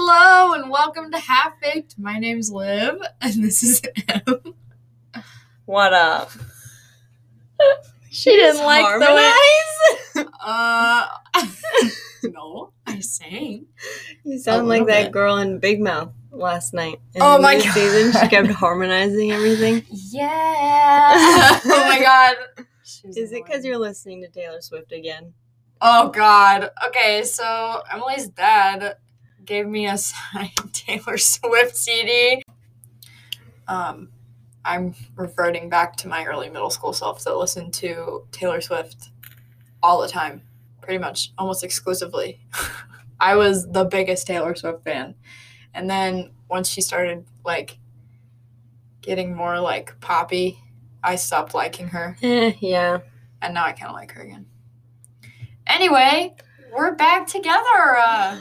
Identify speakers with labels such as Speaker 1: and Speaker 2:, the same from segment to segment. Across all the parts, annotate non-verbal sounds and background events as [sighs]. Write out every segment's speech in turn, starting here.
Speaker 1: and welcome to Half Baked. My name's Liv, and this
Speaker 2: [laughs]
Speaker 1: is Em.
Speaker 2: What up?
Speaker 1: She
Speaker 2: didn't like the way- [laughs]
Speaker 1: Uh, [laughs] no, I sang.
Speaker 2: You
Speaker 1: A
Speaker 2: sound like
Speaker 1: little
Speaker 2: that
Speaker 1: bit.
Speaker 2: girl in Big Mouth last night. In
Speaker 1: Oh
Speaker 2: the
Speaker 1: my
Speaker 2: new
Speaker 1: God.
Speaker 2: Season,
Speaker 1: [laughs]
Speaker 2: she kept harmonizing everything.
Speaker 1: Yeah. [laughs] oh my god.
Speaker 2: Is it because you're listening to Taylor Swift again?
Speaker 1: Oh god. Okay, so Emily's dad gave me a [laughs] signed Taylor Swift CD. Um, I'm reverting back to my early middle school self that listened to Taylor Swift all the time, pretty much almost exclusively. [laughs] I was the biggest Taylor Swift fan. And then once she started like getting more like poppy, I stopped liking her
Speaker 2: Eh, [gasps] yeah.
Speaker 1: and now I kind of like her again. Anyway, we're back together. Uh,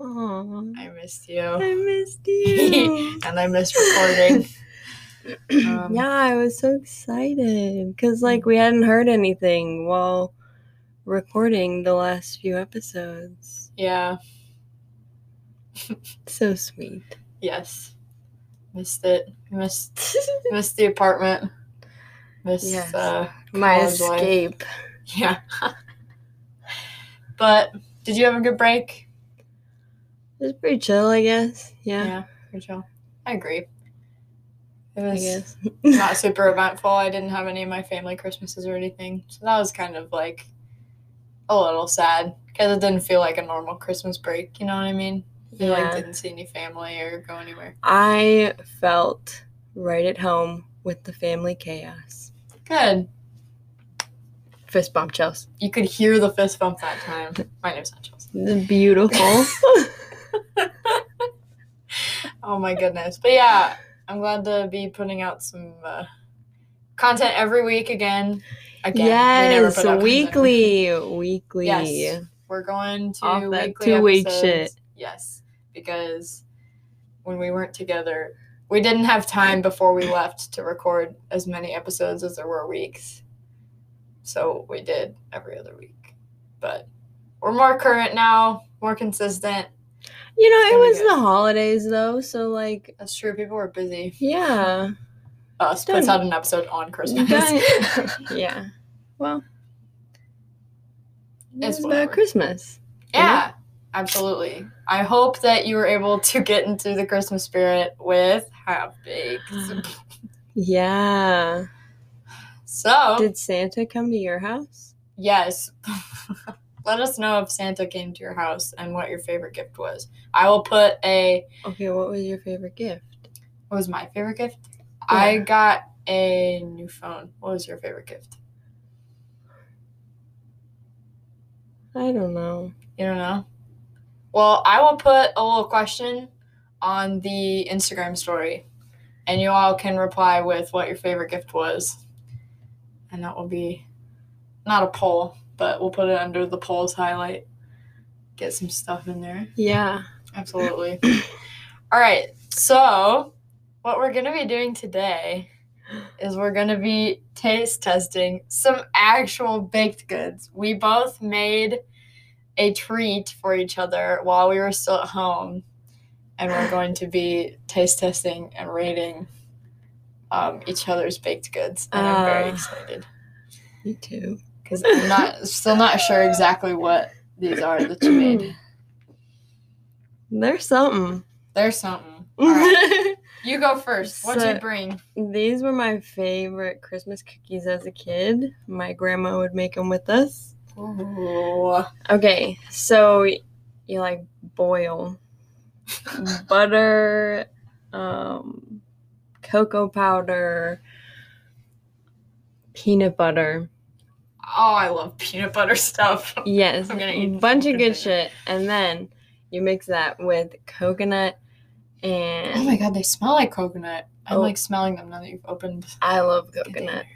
Speaker 2: Aw,
Speaker 1: I missed you,
Speaker 2: I missed you. [clears throat]
Speaker 1: and I missed [laughs] recording. [laughs] Um,
Speaker 2: yeah, I was so excited because like we hadn't heard anything while recording the last few episodes.
Speaker 1: yeah.
Speaker 2: So sweet.
Speaker 1: [laughs] Yes. Missed it. Missed. Missed the apartment. Missed.
Speaker 2: Yes.
Speaker 1: Uh,
Speaker 2: My
Speaker 1: College life.
Speaker 2: escape.
Speaker 1: yeah. but did you have a good break?
Speaker 2: It was pretty chill, I guess. Yeah,
Speaker 1: Pretty chill. I agree. It
Speaker 2: I
Speaker 1: was
Speaker 2: guess.
Speaker 1: not super eventful. I didn't have any of my family Christmases or anything, so that was kind of like a little sad because it didn't feel like a normal Christmas break. You know what I mean? You like
Speaker 2: Yeah.
Speaker 1: didn't see any family or go anywhere.
Speaker 2: I felt right at home with the family chaos.
Speaker 1: Good.
Speaker 2: Fist bump, Chels.
Speaker 1: You could hear the fist bump that time. My name's not Chelsea.
Speaker 2: This is [laughs] Beautiful.
Speaker 1: Oh my goodness. But yeah, I'm glad to be putting out some uh, content every week again. Again, we never
Speaker 2: yes,
Speaker 1: put out content.
Speaker 2: weekly, weekly.
Speaker 1: Yes. We're going to
Speaker 2: Off that
Speaker 1: weekly
Speaker 2: two-week
Speaker 1: episodes.
Speaker 2: shit.
Speaker 1: Yes, because when we weren't together, we didn't have time before we left to record as many episodes as there were weeks. So we did every other week, but we're more current now, more consistent.
Speaker 2: You know, it
Speaker 1: Kinda
Speaker 2: was
Speaker 1: good.
Speaker 2: the holidays though, so like,
Speaker 1: That's true. People were busy. [laughs]
Speaker 2: yeah,
Speaker 1: Us puts
Speaker 2: Don't-
Speaker 1: out an episode on
Speaker 2: you
Speaker 1: Christmas. [laughs]
Speaker 2: guys- yeah. Well,
Speaker 1: It's
Speaker 2: it's about
Speaker 1: whatever.
Speaker 2: Christmas.
Speaker 1: Yeah, absolutely. I hope that you were able to get into the Christmas spirit with half
Speaker 2: [sighs]
Speaker 1: baked.
Speaker 2: Yeah.
Speaker 1: So
Speaker 2: Did Santa come to your house?
Speaker 1: Yes. [laughs] Let us know if Santa came to your house and what your favorite gift was. I will put a.
Speaker 2: Okay, what was your favorite gift?
Speaker 1: What was my favorite gift? I
Speaker 2: Yeah.
Speaker 1: got a new phone. What was your favorite gift?
Speaker 2: I don't know.
Speaker 1: You don't know? Well, I will put a little question on the Instagram story, and you all can reply with what your favorite gift was. And that will be not a poll, but we'll put it under the polls highlight. Get some stuff in there.
Speaker 2: Yeah.
Speaker 1: Absolutely. All right. So, what we're going to be doing today is we're going to be taste testing some actual baked goods. We both made a treat for each other while we were still at home, and we're going to be taste testing and rating um, each other's baked goods. And I'm very
Speaker 2: Ah.
Speaker 1: excited
Speaker 2: Me too.
Speaker 1: because I'm not still not sure exactly what these are that you made.
Speaker 2: There's something.
Speaker 1: There's something. All right.
Speaker 2: [laughs]
Speaker 1: You go first. What'd
Speaker 2: So-
Speaker 1: you bring?
Speaker 2: These were my favorite Christmas cookies as a kid. My grandma would make them with us.
Speaker 1: Ooh.
Speaker 2: Okay, so y- you like
Speaker 1: [laughs]
Speaker 2: boil butter, um, cocoa powder, peanut butter.
Speaker 1: Oh, I love peanut butter stuff.
Speaker 2: Yes,
Speaker 1: I'm gonna eat
Speaker 2: bunch of
Speaker 1: fucking
Speaker 2: good
Speaker 1: peanut.
Speaker 2: shit. And then you mix that with coconut
Speaker 1: [laughs]
Speaker 2: and
Speaker 1: Oh my god, they smell like coconut. I
Speaker 2: Oh.
Speaker 1: like smelling them now that you've opened.
Speaker 2: I love
Speaker 1: the container.
Speaker 2: coconut.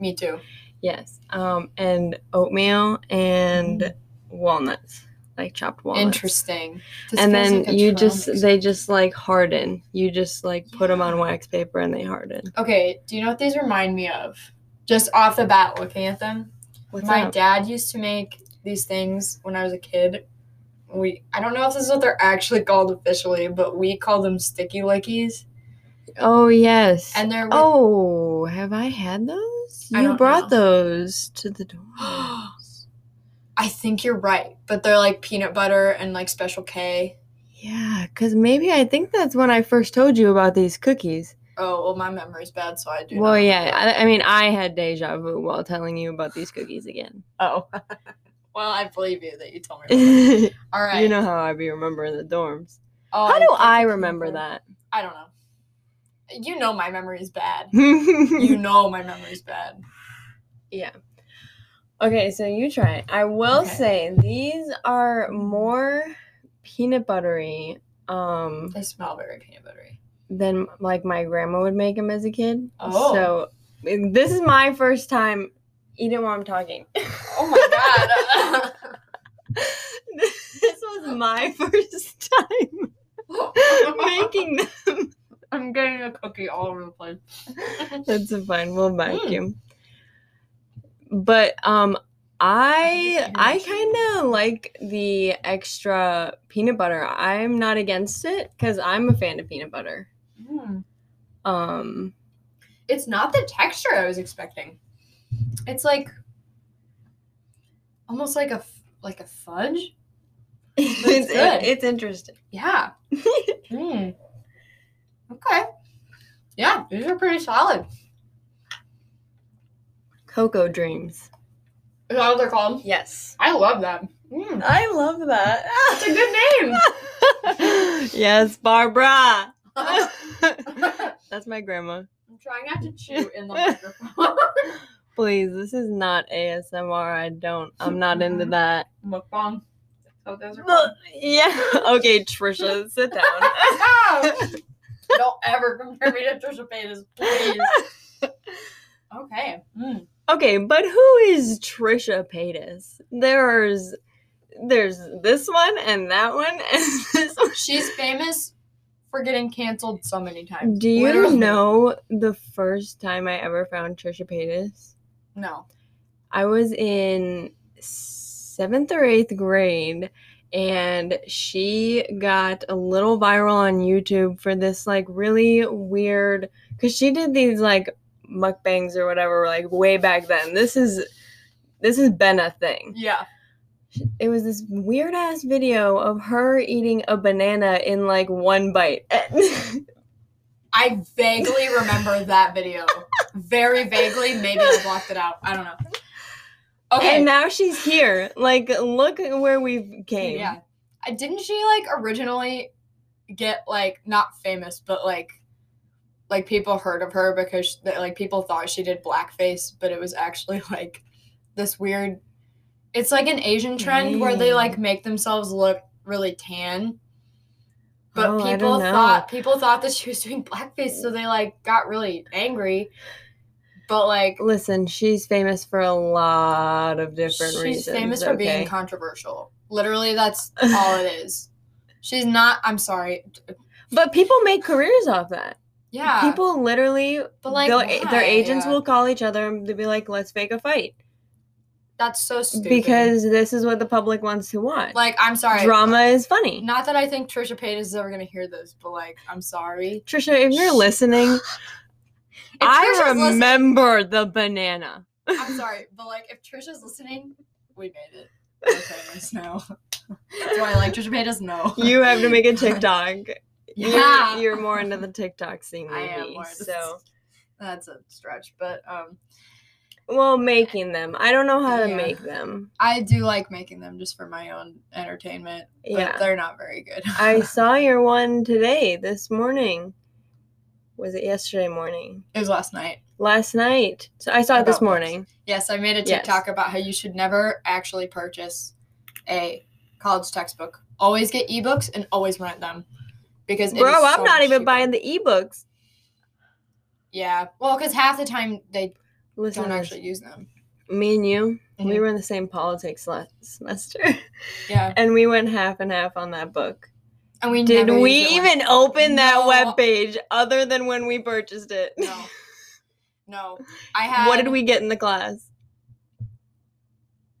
Speaker 1: Me too.
Speaker 2: Yes. Um, and oatmeal and walnuts, like chopped walnuts.
Speaker 1: Mm-hmm. Interesting. This
Speaker 2: And
Speaker 1: feels
Speaker 2: then
Speaker 1: like a
Speaker 2: you
Speaker 1: trial
Speaker 2: just
Speaker 1: mix.
Speaker 2: they just like harden. You just like put them on wax paper and they harden.
Speaker 1: okay, do you know what these remind me of? Just off the bat, looking at them,
Speaker 2: What's
Speaker 1: my
Speaker 2: up?
Speaker 1: dad used to make these things when I was a kid, we I don't know if this is what they're actually called officially, but we call them sticky lickies.
Speaker 2: Oh yes.
Speaker 1: And they're with-
Speaker 2: oh, have I had those?
Speaker 1: I
Speaker 2: you
Speaker 1: don't
Speaker 2: brought
Speaker 1: know.
Speaker 2: those
Speaker 1: [gasps]
Speaker 2: to the door.
Speaker 1: I think you're right, but they're like peanut butter and like special K.
Speaker 2: yeah, because maybe I think that's when I first told you about these cookies.
Speaker 1: Oh well, my memory's bad, so I do.
Speaker 2: well,
Speaker 1: not
Speaker 2: yeah.
Speaker 1: remember.
Speaker 2: I, I mean, I had deja vu while telling you about these cookies again. [laughs] Oh,
Speaker 1: [laughs] Well, I believe you that you told
Speaker 2: [laughs]
Speaker 1: me.
Speaker 2: you
Speaker 1: All right.
Speaker 2: know how I be remembering the dorms.
Speaker 1: Oh,
Speaker 2: how do I
Speaker 1: fucking
Speaker 2: remember [laughs] that?
Speaker 1: I don't know. You know my memory's bad.
Speaker 2: you [laughs]
Speaker 1: you know my memory's bad.
Speaker 2: Yeah. Okay, so you try. it. I will
Speaker 1: Okay.
Speaker 2: say these are more peanut buttery um
Speaker 1: They smell very peanut buttery.
Speaker 2: than like my grandma would make them as a kid.
Speaker 1: Oh.
Speaker 2: So this is my first time eating while I'm talking. [laughs]
Speaker 1: Oh my god.
Speaker 2: this was my [laughs] first [laughs] time making them.
Speaker 1: I'm getting a cookie all over the
Speaker 2: [laughs]
Speaker 1: place.
Speaker 2: That's fine. We'll vacuum. But um I
Speaker 1: I
Speaker 2: I
Speaker 1: think
Speaker 2: kind of like the extra peanut butter. I'm not against it cuz I'm a fan of peanut butter.
Speaker 1: Mm.
Speaker 2: Um [laughs]
Speaker 1: It's not the texture I was expecting. It's like almost like a f- like a fudge.
Speaker 2: it's
Speaker 1: good.
Speaker 2: it's interesting. [laughs]
Speaker 1: Yeah. Mm. Okay. Yeah, these are pretty solid.
Speaker 2: Cocoa dreams.
Speaker 1: Is that what they're called?
Speaker 2: Yes.
Speaker 1: I love them. Mm.
Speaker 2: I love that.
Speaker 1: That's a good name.
Speaker 2: [laughs] yes, [laughs] Barbara.
Speaker 1: I'm
Speaker 2: That's my grandma.
Speaker 1: trying not to chew in the microphone. [laughs]
Speaker 2: Please, this is not ASMR. I don't. I'm not into
Speaker 1: Mhm.
Speaker 2: that.
Speaker 1: Mukbang. So those are called.
Speaker 2: Look, yeah. [laughs] Okay, Trisha, sit down.
Speaker 1: [laughs] Don't ever compare me to Trisha Paytas, please. Okay. Mm.
Speaker 2: okay, but who is Trisha Paytas? There's there's this one and that one and [laughs] this one.
Speaker 1: She's famous for getting canceled so many times.
Speaker 2: Do you
Speaker 1: Literally.
Speaker 2: know the first time I ever found Trisha Paytas?
Speaker 1: No.
Speaker 2: I was in seventh or eighth grade, and she got a little viral on YouTube for this like really weird because she did these like mukbangs or whatever like way back then. This is this has been a thing.
Speaker 1: Yeah.
Speaker 2: It was this weird ass video of her eating a banana in like one bite. [laughs]
Speaker 1: I vaguely remember that video. Very vaguely. Maybe I blocked it out. I don't know. Okay.
Speaker 2: And now she's here. Like, look at where we've came.
Speaker 1: Yeah. I didn't she like originally get like not famous, but like like people heard of her because sh- that like people thought she did blackface, but it was actually [laughs] like this weird it's like an Asian trend where they like make themselves look really tan. But
Speaker 2: Oh, I
Speaker 1: people
Speaker 2: don't know.
Speaker 1: thought people thought that she was doing blackface, so they like got really angry. But like
Speaker 2: Listen, she's famous for a lot of different
Speaker 1: she's
Speaker 2: reasons.
Speaker 1: famous for being
Speaker 2: okay?
Speaker 1: controversial. Literally,
Speaker 2: [laughs]
Speaker 1: that's all it is. She's not. I'm sorry.
Speaker 2: but people make careers off that.
Speaker 1: Yeah,
Speaker 2: People literally,
Speaker 1: but like
Speaker 2: they'll-
Speaker 1: why?
Speaker 2: their agents
Speaker 1: Yeah.
Speaker 2: will call each other and they'll be like, "Let's fake a fight,"
Speaker 1: That's so stupid.
Speaker 2: because this is what the public wants to watch.
Speaker 1: like, I'm sorry.
Speaker 2: Drama is funny.
Speaker 1: Not that I think Trisha Paytas is ever gonna hear this, but like, I'm sorry.
Speaker 2: Trisha, if you're listening,
Speaker 1: If
Speaker 2: I
Speaker 1: Trisha's listening-
Speaker 2: remember the banana.
Speaker 1: I'm sorry, but like, if Trisha's listening, we made it. We're famous now. Do I like Trisha Paytas? No.
Speaker 2: You have to make a TikTok. You're-
Speaker 1: [laughs] Yeah,
Speaker 2: you're, more into the TikTok scene,
Speaker 1: I
Speaker 2: maybe.
Speaker 1: am. More
Speaker 2: so.
Speaker 1: [laughs] that's a stretch, but um,
Speaker 2: Well, making them. I don't know how to
Speaker 1: Yeah.
Speaker 2: make them.
Speaker 1: I do like making them just for my own entertainment. But
Speaker 2: Yeah.
Speaker 1: they're not very good.
Speaker 2: I saw your one today, this morning. Was it yesterday morning?
Speaker 1: [laughs] It was last night.
Speaker 2: Last night. So I saw it this
Speaker 1: About what?
Speaker 2: morning.
Speaker 1: Yes, I made a
Speaker 2: Yes.
Speaker 1: TikTok about how you should never actually purchase a college textbook. Always get ebooks and always rent them because it
Speaker 2: Bro,
Speaker 1: is so
Speaker 2: I'm not
Speaker 1: much
Speaker 2: even
Speaker 1: cheaper.
Speaker 2: buying the ebooks.
Speaker 1: Yeah, well, because half the time they
Speaker 2: Listen,
Speaker 1: don't
Speaker 2: to this.
Speaker 1: actually use them.
Speaker 2: me and you, we
Speaker 1: Mhm.
Speaker 2: were in the same politics last semester, [laughs]
Speaker 1: Yeah,
Speaker 2: and we went half and half on that book.
Speaker 1: and we
Speaker 2: Did
Speaker 1: never
Speaker 2: we
Speaker 1: used it once.
Speaker 2: even open that
Speaker 1: No.
Speaker 2: web page other than when we purchased it?
Speaker 1: [laughs] No, no. I had.
Speaker 2: [laughs] what did we get in the class?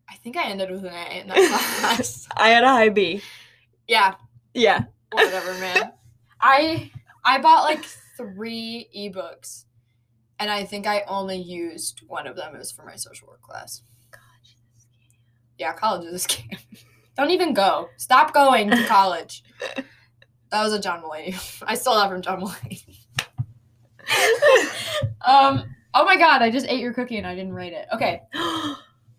Speaker 1: I think I ended with an A in that [laughs] class.
Speaker 2: I had a high B.
Speaker 1: Yeah, [laughs]
Speaker 2: Yeah.
Speaker 1: whatever, man. I I bought like three ebooks, and I think I only used one of them. It was for my social work class. Yeah, college is a scam. [laughs] Don't even go. Stop going to college. That was a John Mulaney. [laughs] I stole that from John Mulaney. Um. Oh my god! I just ate your cookie and I didn't rate it. Okay,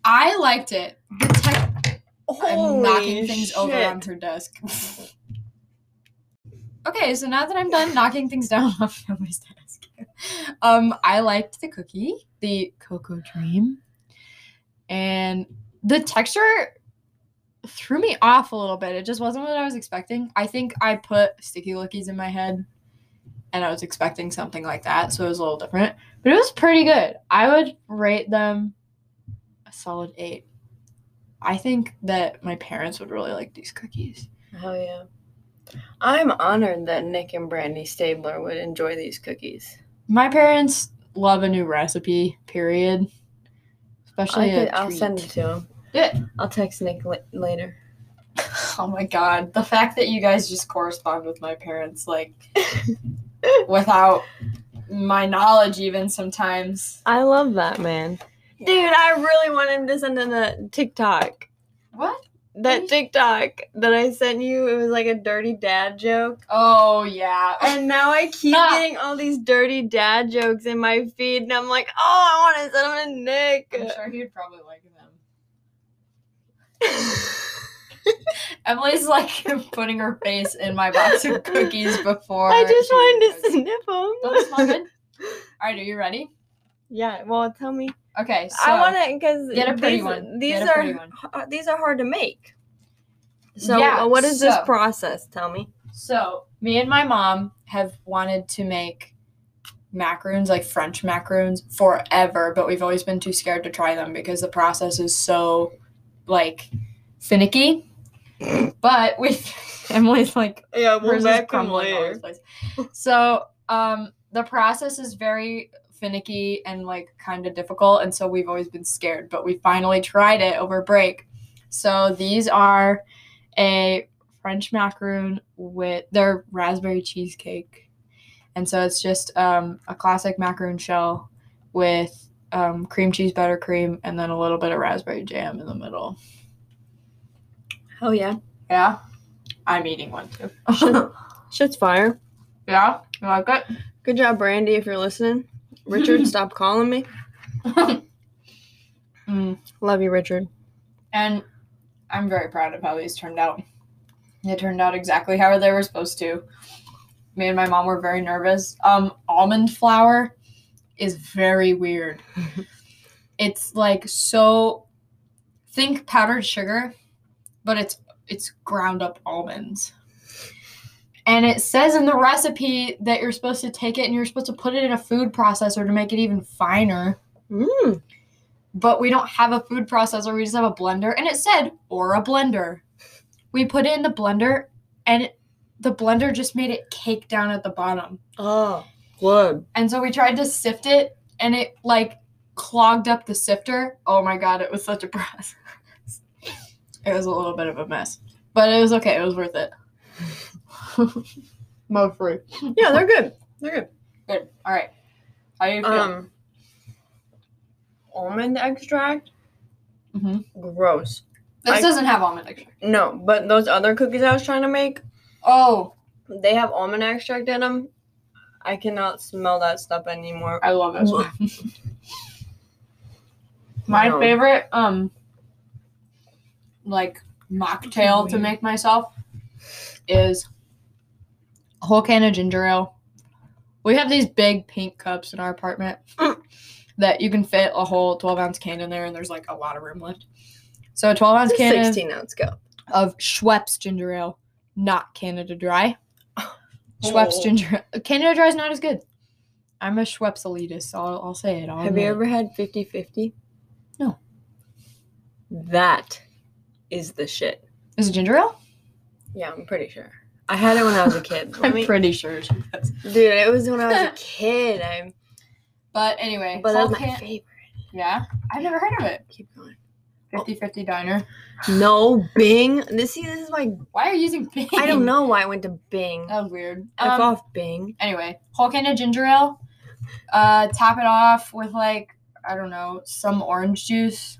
Speaker 1: I liked it. The tech I'm
Speaker 2: [laughs]
Speaker 1: knocking things over on her desk. [laughs] okay, so now that I'm done knocking things down [laughs] off Emily's desk, um, I liked the cookie, the Cocoa Dream, and the texture threw me off a little bit. It just wasn't what I was expecting. I think I put sticky lookies in my head, and I was expecting something like that, so it was a little different. But it was pretty good. I would rate them a solid eight. I think that my parents would really like these cookies.
Speaker 2: Oh yeah. I'm honored that Nick and Brandy Stabler would enjoy these cookies.
Speaker 1: My parents love a new recipe, period.
Speaker 2: I
Speaker 1: Especially
Speaker 2: could,
Speaker 1: a
Speaker 2: I'll
Speaker 1: treat.
Speaker 2: send it to him.
Speaker 1: Yeah. [laughs]
Speaker 2: I'll text Nick la- later.
Speaker 1: Oh my god, the fact that you guys just correspond with my parents
Speaker 2: [laughs]
Speaker 1: like without my knowledge even sometimes.
Speaker 2: I love that man, dude. I really want him to send in a TikTok.
Speaker 1: What?
Speaker 2: That TikTok that I sent you, it was like a dirty dad joke.
Speaker 1: Oh
Speaker 2: [laughs]
Speaker 1: yeah.
Speaker 2: And now I keep
Speaker 1: Ah.
Speaker 2: getting all these dirty dad jokes in my feed, and I'm like, oh, I want to send them to
Speaker 1: [laughs] I'm
Speaker 2: [laughs] Nick.
Speaker 1: sure he'd probably like them. Emily's like [laughs] putting her face in my box
Speaker 2: [laughs]
Speaker 1: of cookies before.
Speaker 2: I just
Speaker 1: she
Speaker 2: wanted to
Speaker 1: goes.
Speaker 2: sniff [laughs]
Speaker 1: Don't smell
Speaker 2: them.
Speaker 1: good. All right, are you ready?
Speaker 2: yeah, well, tell me.
Speaker 1: Okay, so
Speaker 2: I want to because
Speaker 1: get a pretty
Speaker 2: these,
Speaker 1: one.
Speaker 2: These
Speaker 1: Get a
Speaker 2: are
Speaker 1: pretty one.
Speaker 2: uh, these are hard to make. So
Speaker 1: Yeah,
Speaker 2: uh, what is this
Speaker 1: so-
Speaker 2: process? Tell me.
Speaker 1: So me and my mom have wanted to make macaroons, like French macaroons, forever, but we've always been too scared to try them because the process is so like
Speaker 2: [laughs]
Speaker 1: finicky. but we [laughs] Emily's like
Speaker 2: Yeah,
Speaker 1: hers is crumbling all over the place. So um the process is very finicky and like kind of difficult and so we've always been scared but we finally tried it over break so these are a french macaroon with their raspberry cheesecake and so it's just um, a classic macaroon shell with um, cream cheese buttercream and then a little bit of raspberry jam in the middle
Speaker 2: Oh yeah,
Speaker 1: yeah i'm eating one too [laughs]
Speaker 2: shit's fire.
Speaker 1: yeah you like it
Speaker 2: Good job, Brandy, if you're listening.
Speaker 1: [laughs]
Speaker 2: Richard, stop calling me.
Speaker 1: Mm,
Speaker 2: Love you, Richard.
Speaker 1: and I'm very proud of how these turned out. They turned out exactly how they were supposed to. Me and my mom were very nervous. Um, almond flour is very weird. it's like so. Think powdered sugar, but it's it's ground up almonds. And it says in the recipe that you're supposed to take it and you're supposed to put it in a food processor to make it even finer
Speaker 2: Mm.
Speaker 1: but we don't have a food processor. We just have a blender. And it said, or a blender. We put it in the blender, and it, the blender just made it cake down at the bottom.
Speaker 2: Oh, good.
Speaker 1: And so we tried to sift it, and it like clogged up the sifter. Oh my God, it was such a [laughs] process. it was a little bit of a mess, but it was okay. It was worth it. [laughs] Mo free.
Speaker 2: Yeah, they're good. They're
Speaker 1: Good. All right. How do you
Speaker 2: good.
Speaker 1: feel?
Speaker 2: Um, almond extract.
Speaker 1: Mhm.
Speaker 2: Gross.
Speaker 1: this
Speaker 2: I-
Speaker 1: doesn't have almond extract.
Speaker 2: No, but those other cookies I was trying to make,
Speaker 1: Oh,
Speaker 2: they have almond extract in them. I cannot smell that stuff anymore.
Speaker 1: I love this one. My
Speaker 2: Wow.
Speaker 1: favorite, um, like mocktail to make myself is a whole can of ginger ale. We have these big pink cups in our apartment that you can fit a whole 12 ounce can in there, and there's like a lot of room left. So a 12 ounce can of-
Speaker 2: 16 ounce cup.
Speaker 1: of Schweppes ginger ale, not Canada
Speaker 2: [laughs]
Speaker 1: Dry. Schweppes
Speaker 2: Oh.
Speaker 1: ginger Canada Dry is not as good. I'm a Schweppes elitist, so I'll, I'll say it. I'll
Speaker 2: Have you
Speaker 1: admit it.
Speaker 2: ever had 50 50?
Speaker 1: No.
Speaker 2: That is the shit.
Speaker 1: Is it ginger ale?
Speaker 2: Yeah, I'm pretty sure. I had it when I was [laughs] a kid. Let
Speaker 1: I'm
Speaker 2: me-
Speaker 1: pretty sure. she does.
Speaker 2: dude, it was when I [laughs] was a kid. I'm,
Speaker 1: But anyway,
Speaker 2: but that's
Speaker 1: whole
Speaker 2: my
Speaker 1: can-
Speaker 2: favorite.
Speaker 1: yeah, I've never heard of it.
Speaker 2: Keep going.
Speaker 1: 50 50 diner.
Speaker 2: No, Bing. This see, this is why
Speaker 1: Why are you using Bing?
Speaker 2: I [laughs] don't know why I went to Bing.
Speaker 1: That was weird.
Speaker 2: F
Speaker 1: Um,
Speaker 2: off Bing.
Speaker 1: anyway, whole can of ginger ale. Uh, top it off with like I don't know some orange juice,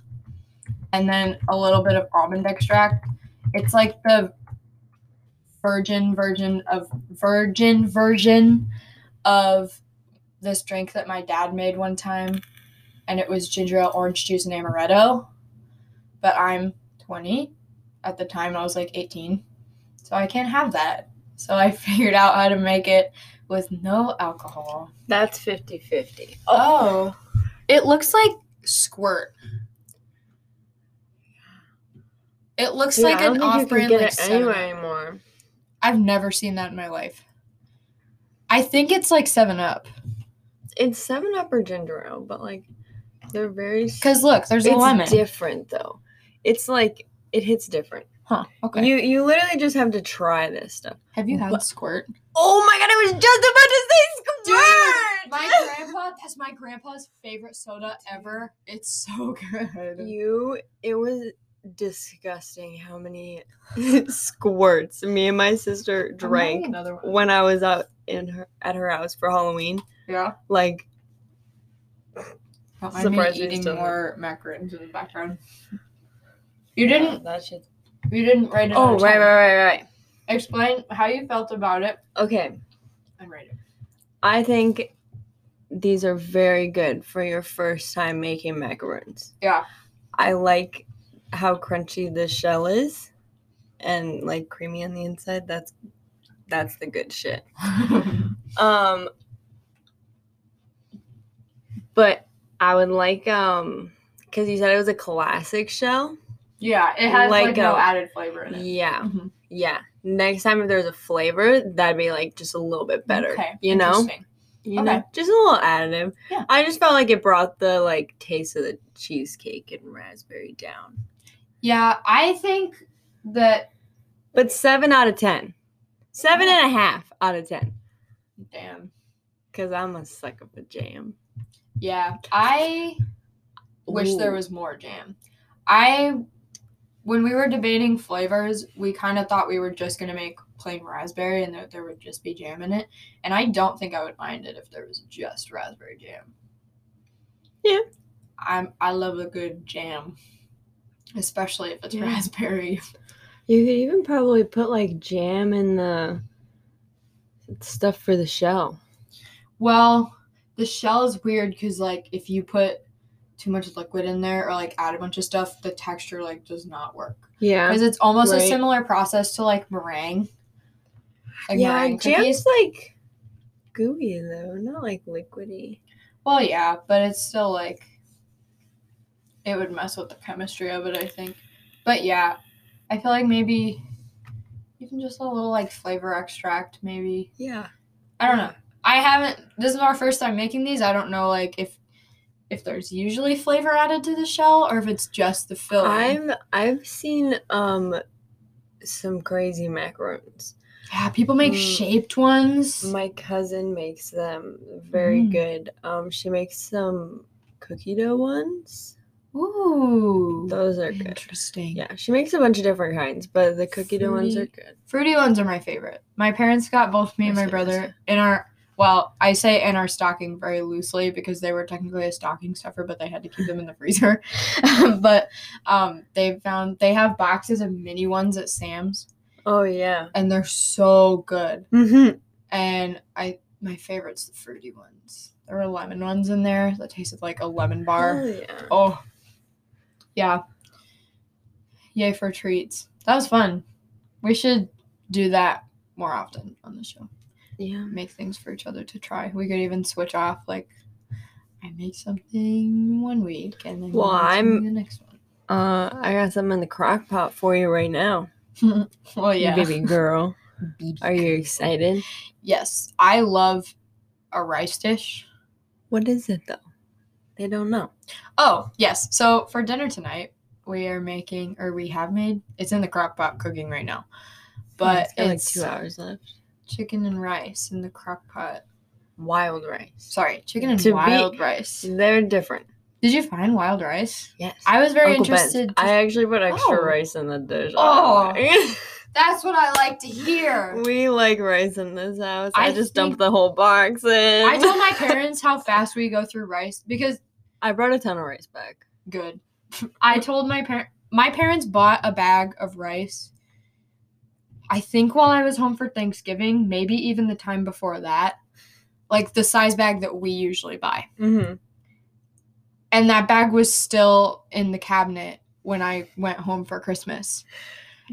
Speaker 1: and then a little bit of almond extract. It's like the virgin virgin of virgin version of this drink that my dad made one time, and it was ginger ale, orange juice, and amaretto. But I'm 20 at the time. I was like 18, so I can't have that. So I [laughs] figured out how to make it with no alcohol.
Speaker 2: That's 50-50.
Speaker 1: Oh. It looks like squirt. It looks
Speaker 2: Dude,
Speaker 1: like
Speaker 2: I don't
Speaker 1: an
Speaker 2: think you
Speaker 1: off
Speaker 2: can
Speaker 1: brand
Speaker 2: get
Speaker 1: like
Speaker 2: it
Speaker 1: 7
Speaker 2: anywhere anymore.
Speaker 1: I've never seen that in my life. I think it's like 7 Up.
Speaker 2: It's seven up or ginger ale, but like they're very s-
Speaker 1: Because look, there's a
Speaker 2: it's
Speaker 1: lemon.
Speaker 2: different though. It's like it hits different.
Speaker 1: huh. Okay.
Speaker 2: You you literally just have to try this stuff.
Speaker 1: Have you had
Speaker 2: What?
Speaker 1: squirt?
Speaker 2: Oh my god, I was just about to say squirt. [laughs]
Speaker 1: My grandpa, that's my grandpa's favorite soda ever. It's so [laughs] good.
Speaker 2: You, it was disgusting how many [laughs] squirts me and my sister drank
Speaker 1: Another one.
Speaker 2: when I was out in her at her house for Halloween.
Speaker 1: Yeah.
Speaker 2: Like,
Speaker 1: Don't mind me
Speaker 2: Surprised we
Speaker 1: eating
Speaker 2: still have-
Speaker 1: more macarons in the background. You didn't
Speaker 2: that shit.
Speaker 1: You didn't write it.
Speaker 2: Oh right, right, right, right.
Speaker 1: Explain how you felt about it
Speaker 2: Okay,
Speaker 1: and write it.
Speaker 2: I think these are very good for your first time making macarons.
Speaker 1: Yeah.
Speaker 2: I like how crunchy the shell is, and like creamy on the inside. That's that's the good shit. [laughs] Um, but I would like um, because you said it was a classic shell.
Speaker 1: yeah, it has like, no
Speaker 2: Lego.
Speaker 1: added flavor in it.
Speaker 2: uh, Yeah,
Speaker 1: Mhm.
Speaker 2: yeah. Next time if there's a flavor, that'd be like just a little bit better.
Speaker 1: Okay,
Speaker 2: You know,
Speaker 1: interesting.
Speaker 2: you
Speaker 1: Okay.
Speaker 2: know, just a little additive.
Speaker 1: Yeah.
Speaker 2: I just felt like it brought the like taste of the cheesecake and raspberry down.
Speaker 1: Yeah, I think that.
Speaker 2: But seven out of ten. Seven and a half out of ten.
Speaker 1: Damn.
Speaker 2: Cause I'm a sucker for jam.
Speaker 1: Yeah, I wish there
Speaker 2: Ooh.
Speaker 1: was more jam. I, when we were debating flavors, we kind of thought we were just gonna make plain raspberry and that there would just be jam in it. And I don't think I would mind it if there was just raspberry jam.
Speaker 2: Yeah.
Speaker 1: I'm I love a good jam, especially if it's
Speaker 2: Yeah.
Speaker 1: raspberry.
Speaker 2: You could even probably put like jam in the stuff for the shell.
Speaker 1: Well, the shell is weird because like if you put too much liquid in there or like add a bunch of stuff, the texture like does not work.
Speaker 2: Yeah.
Speaker 1: because it's almost a
Speaker 2: Right.
Speaker 1: similar process to like meringue. Like
Speaker 2: yeah,
Speaker 1: meringue
Speaker 2: jam's
Speaker 1: cookies.
Speaker 2: like gooey though, not like liquidy.
Speaker 1: Well, yeah, but it's still like it would mess with the chemistry of it, I think. But yeah, I feel like maybe even just a little like flavor extract, maybe.
Speaker 2: Yeah.
Speaker 1: I don't know. I haven't. This is our first time making these. I don't know like if if there's usually flavor added to the shell or if it's just the
Speaker 2: Oh,
Speaker 1: filling.
Speaker 2: I've I've seen um some crazy macarons.
Speaker 1: yeah, people make
Speaker 2: Mm.
Speaker 1: shaped ones.
Speaker 2: My cousin makes them very
Speaker 1: Mm.
Speaker 2: good. Um she makes some cookie dough ones.
Speaker 1: Ooh,
Speaker 2: Those are good.
Speaker 1: interesting.
Speaker 2: Yeah, she makes a bunch of different kinds, but the cookie dough ones are good.
Speaker 1: Fruity ones are my favorite. My parents got both me and my
Speaker 2: Yes, yes,
Speaker 1: brother in our well, I say in our stocking very loosely because they were technically a stocking stuffer, but they had to keep them in the freezer. [laughs] but um, they found they have boxes of mini ones at Sam's,
Speaker 2: Oh yeah.
Speaker 1: and they're so good.
Speaker 2: Mm-hmm.
Speaker 1: And I my favorite's the fruity ones. There were lemon ones in there that tasted like a lemon bar.
Speaker 2: Hell yeah.
Speaker 1: Oh, yeah. Yay for treats. That was fun. We should do that more often on the show.
Speaker 2: Yeah.
Speaker 1: Make things for each other to try. We could even switch off. Like, I make something one week and then you
Speaker 2: Well,
Speaker 1: make
Speaker 2: I'm-
Speaker 1: something the next
Speaker 2: Uh, I got some in the crock pot for you right now.
Speaker 1: one. [laughs] well,
Speaker 2: you
Speaker 1: yeah.
Speaker 2: [laughs] Baby girl. Are you excited?
Speaker 1: Yes, I love a rice dish.
Speaker 2: What is it though? They don't know.
Speaker 1: Oh, yes. So for dinner tonight, we are making, or we have made. It's in the crock pot cooking right now, but
Speaker 2: Oh, it's got like
Speaker 1: it's
Speaker 2: two hours left.
Speaker 1: chicken and rice in the crock pot.
Speaker 2: Wild rice.
Speaker 1: Sorry, chicken and
Speaker 2: To be-
Speaker 1: wild rice.
Speaker 2: They're different.
Speaker 1: Did you find wild rice?
Speaker 2: Yes.
Speaker 1: I was very
Speaker 2: Uncle Ben's.
Speaker 1: interested. to-
Speaker 2: I actually put extra
Speaker 1: Oh.
Speaker 2: rice in the dish.
Speaker 1: Oh.
Speaker 2: [laughs] Oh.
Speaker 1: That's what I like to
Speaker 2: [laughs]
Speaker 1: hear.
Speaker 2: we like rice in this house.
Speaker 1: I
Speaker 2: I, just
Speaker 1: think-
Speaker 2: dumped the whole box in.
Speaker 1: I
Speaker 2: [laughs]
Speaker 1: told my parents how fast we go through rice because
Speaker 2: I brought a ton of rice back.
Speaker 1: good. [laughs] I told my parents my parents bought a bag of rice. I think while I was home for Thanksgiving, maybe even the time before that, like the size bag that we usually buy.
Speaker 2: Mm-hmm.
Speaker 1: And that bag was still in the cabinet when I went home for Christmas.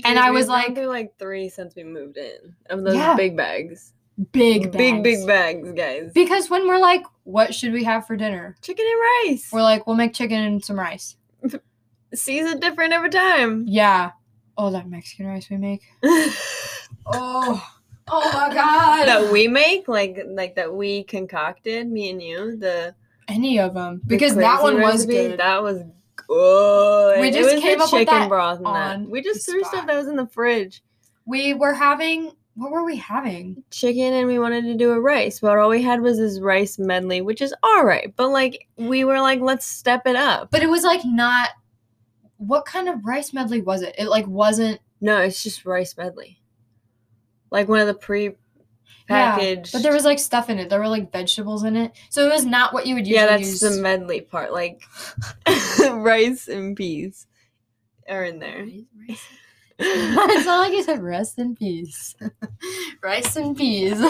Speaker 1: And I was like-
Speaker 2: through like three since we moved in of those
Speaker 1: Yeah.
Speaker 2: big bags.
Speaker 1: Big
Speaker 2: big,
Speaker 1: bags.
Speaker 2: big bags, guys.
Speaker 1: Because when we're like, what should we have for dinner?
Speaker 2: Chicken and rice.
Speaker 1: We're like, we'll make chicken and some rice.
Speaker 2: Season different
Speaker 1: [laughs]
Speaker 2: every time.
Speaker 1: Yeah. Oh, that Mexican rice we make.
Speaker 2: that
Speaker 1: Oh. Oh my god.
Speaker 2: we make, like like that we concocted, me and you. The
Speaker 1: Any of them
Speaker 2: the
Speaker 1: because that
Speaker 2: crazy
Speaker 1: one was
Speaker 2: recipe,
Speaker 1: good.
Speaker 2: That was good.
Speaker 1: We
Speaker 2: It
Speaker 1: just
Speaker 2: was
Speaker 1: came
Speaker 2: the
Speaker 1: up with
Speaker 2: chicken
Speaker 1: that
Speaker 2: broth. and that.
Speaker 1: on
Speaker 2: We just
Speaker 1: the
Speaker 2: threw
Speaker 1: spot.
Speaker 2: stuff that was in the fridge.
Speaker 1: We were having what were we having?
Speaker 2: chicken and we wanted to do a rice, but all we had was this rice medley, which is all right. But like we were like, let's step it up.
Speaker 1: But it was like not what kind of rice medley was it? It like wasn't
Speaker 2: No, it's just rice medley, like one of the pre-packaged.
Speaker 1: but there was like stuff in it. There were like vegetables in it. So it was not what you would usually
Speaker 2: yeah,
Speaker 1: use.
Speaker 2: that's the medley part,
Speaker 1: [laughs]
Speaker 2: like rice and peas are
Speaker 1: [laughs]
Speaker 2: in there.
Speaker 1: Rice- [laughs] it's not like you said rest in peace. [laughs] Rice and peas.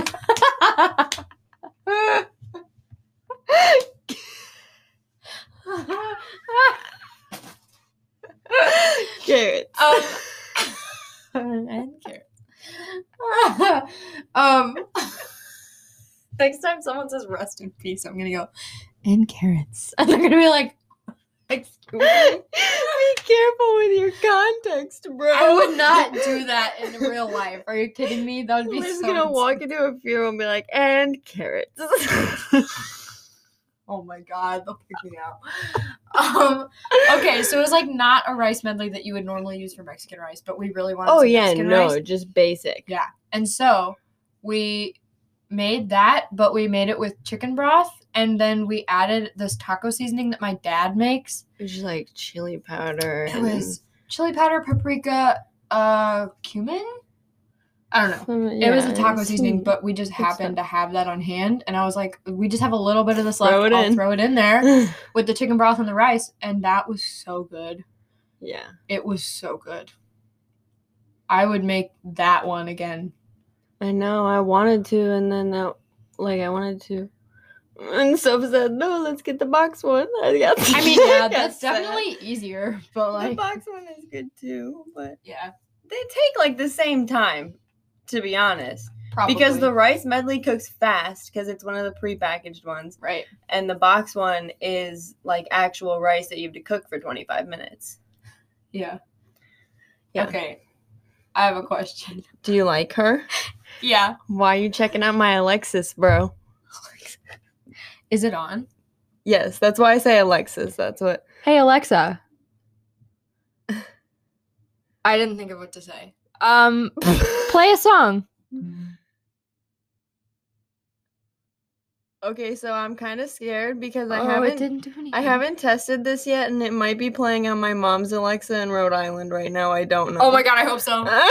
Speaker 2: Carrots.
Speaker 1: [laughs] Um, and carrots. [laughs] um, [laughs] next time someone says rest in peace, I'm gonna go and carrots, [laughs] and they're gonna be like, "Excuse me."
Speaker 2: [laughs] Be careful with your context, bro.
Speaker 1: I would not do that in real life. Are you kidding me? That would be
Speaker 2: I'm just
Speaker 1: so.
Speaker 2: gonna
Speaker 1: insane.
Speaker 2: walk into a funeral and be like, and
Speaker 1: [laughs]
Speaker 2: carrots.
Speaker 1: Oh my god, they'll pick me out. Um, okay, so it was like not a rice medley that you would normally use for Mexican rice, but we really wanted.
Speaker 2: [laughs] oh
Speaker 1: some
Speaker 2: yeah,
Speaker 1: Mexican
Speaker 2: no,
Speaker 1: rice.
Speaker 2: just basic.
Speaker 1: Yeah. And so we made that, but we made it with chicken broth. And then we added this taco seasoning that my dad makes.
Speaker 2: It was just like chili powder.
Speaker 1: It
Speaker 2: and
Speaker 1: was chili powder, paprika, uh, cumin. I don't know.
Speaker 2: some- uh,
Speaker 1: it was a
Speaker 2: yeah,
Speaker 1: taco
Speaker 2: it's-
Speaker 1: seasoning, but we just
Speaker 2: good
Speaker 1: happened to have that on hand. And I was like, we just have a little bit of this left.
Speaker 2: Throw it
Speaker 1: I'll
Speaker 2: in.
Speaker 1: throw it in
Speaker 2: [laughs]
Speaker 1: there with the chicken broth and the rice. And that was so good.
Speaker 2: [laughs] yeah.
Speaker 1: It was so good. I would make that one [laughs] again.
Speaker 2: I know. I wanted to, and then that, like I wanted to, and Sub said, "No, let's get the box one." [laughs] I, got
Speaker 1: I mean, yeah,
Speaker 2: got
Speaker 1: that's
Speaker 2: sad.
Speaker 1: definitely easier, but
Speaker 2: the
Speaker 1: like,
Speaker 2: box one is good too, but
Speaker 1: yeah,
Speaker 2: they take like the same time, to be honest,
Speaker 1: probably
Speaker 2: because the rice medley cooks fast because it's one of the prepackaged ones,
Speaker 1: right.
Speaker 2: and the box one is like actual rice that you have to cook for twenty five minutes.
Speaker 1: Yeah.
Speaker 2: Yeah.
Speaker 1: Okay. I have a question. [laughs]
Speaker 2: Do you like her?
Speaker 1: Yeah.
Speaker 2: Why are you checking out my Alexis, bro?
Speaker 1: Is it on?
Speaker 2: Yes, that's why I say Alexis.
Speaker 1: [laughs]
Speaker 2: That's what.
Speaker 1: Hey Alexa. I didn't think of what to say. Um play a [laughs] song.
Speaker 2: okay, so I'm kind of scared because I
Speaker 1: I oh, it
Speaker 2: haven't
Speaker 1: didn't do anything.
Speaker 2: I haven't tested this yet, and it might be playing on my mom's Alexa in Rhode Island right now. I don't know.
Speaker 1: Oh
Speaker 2: [laughs]
Speaker 1: my god, I hope so. Oh my god,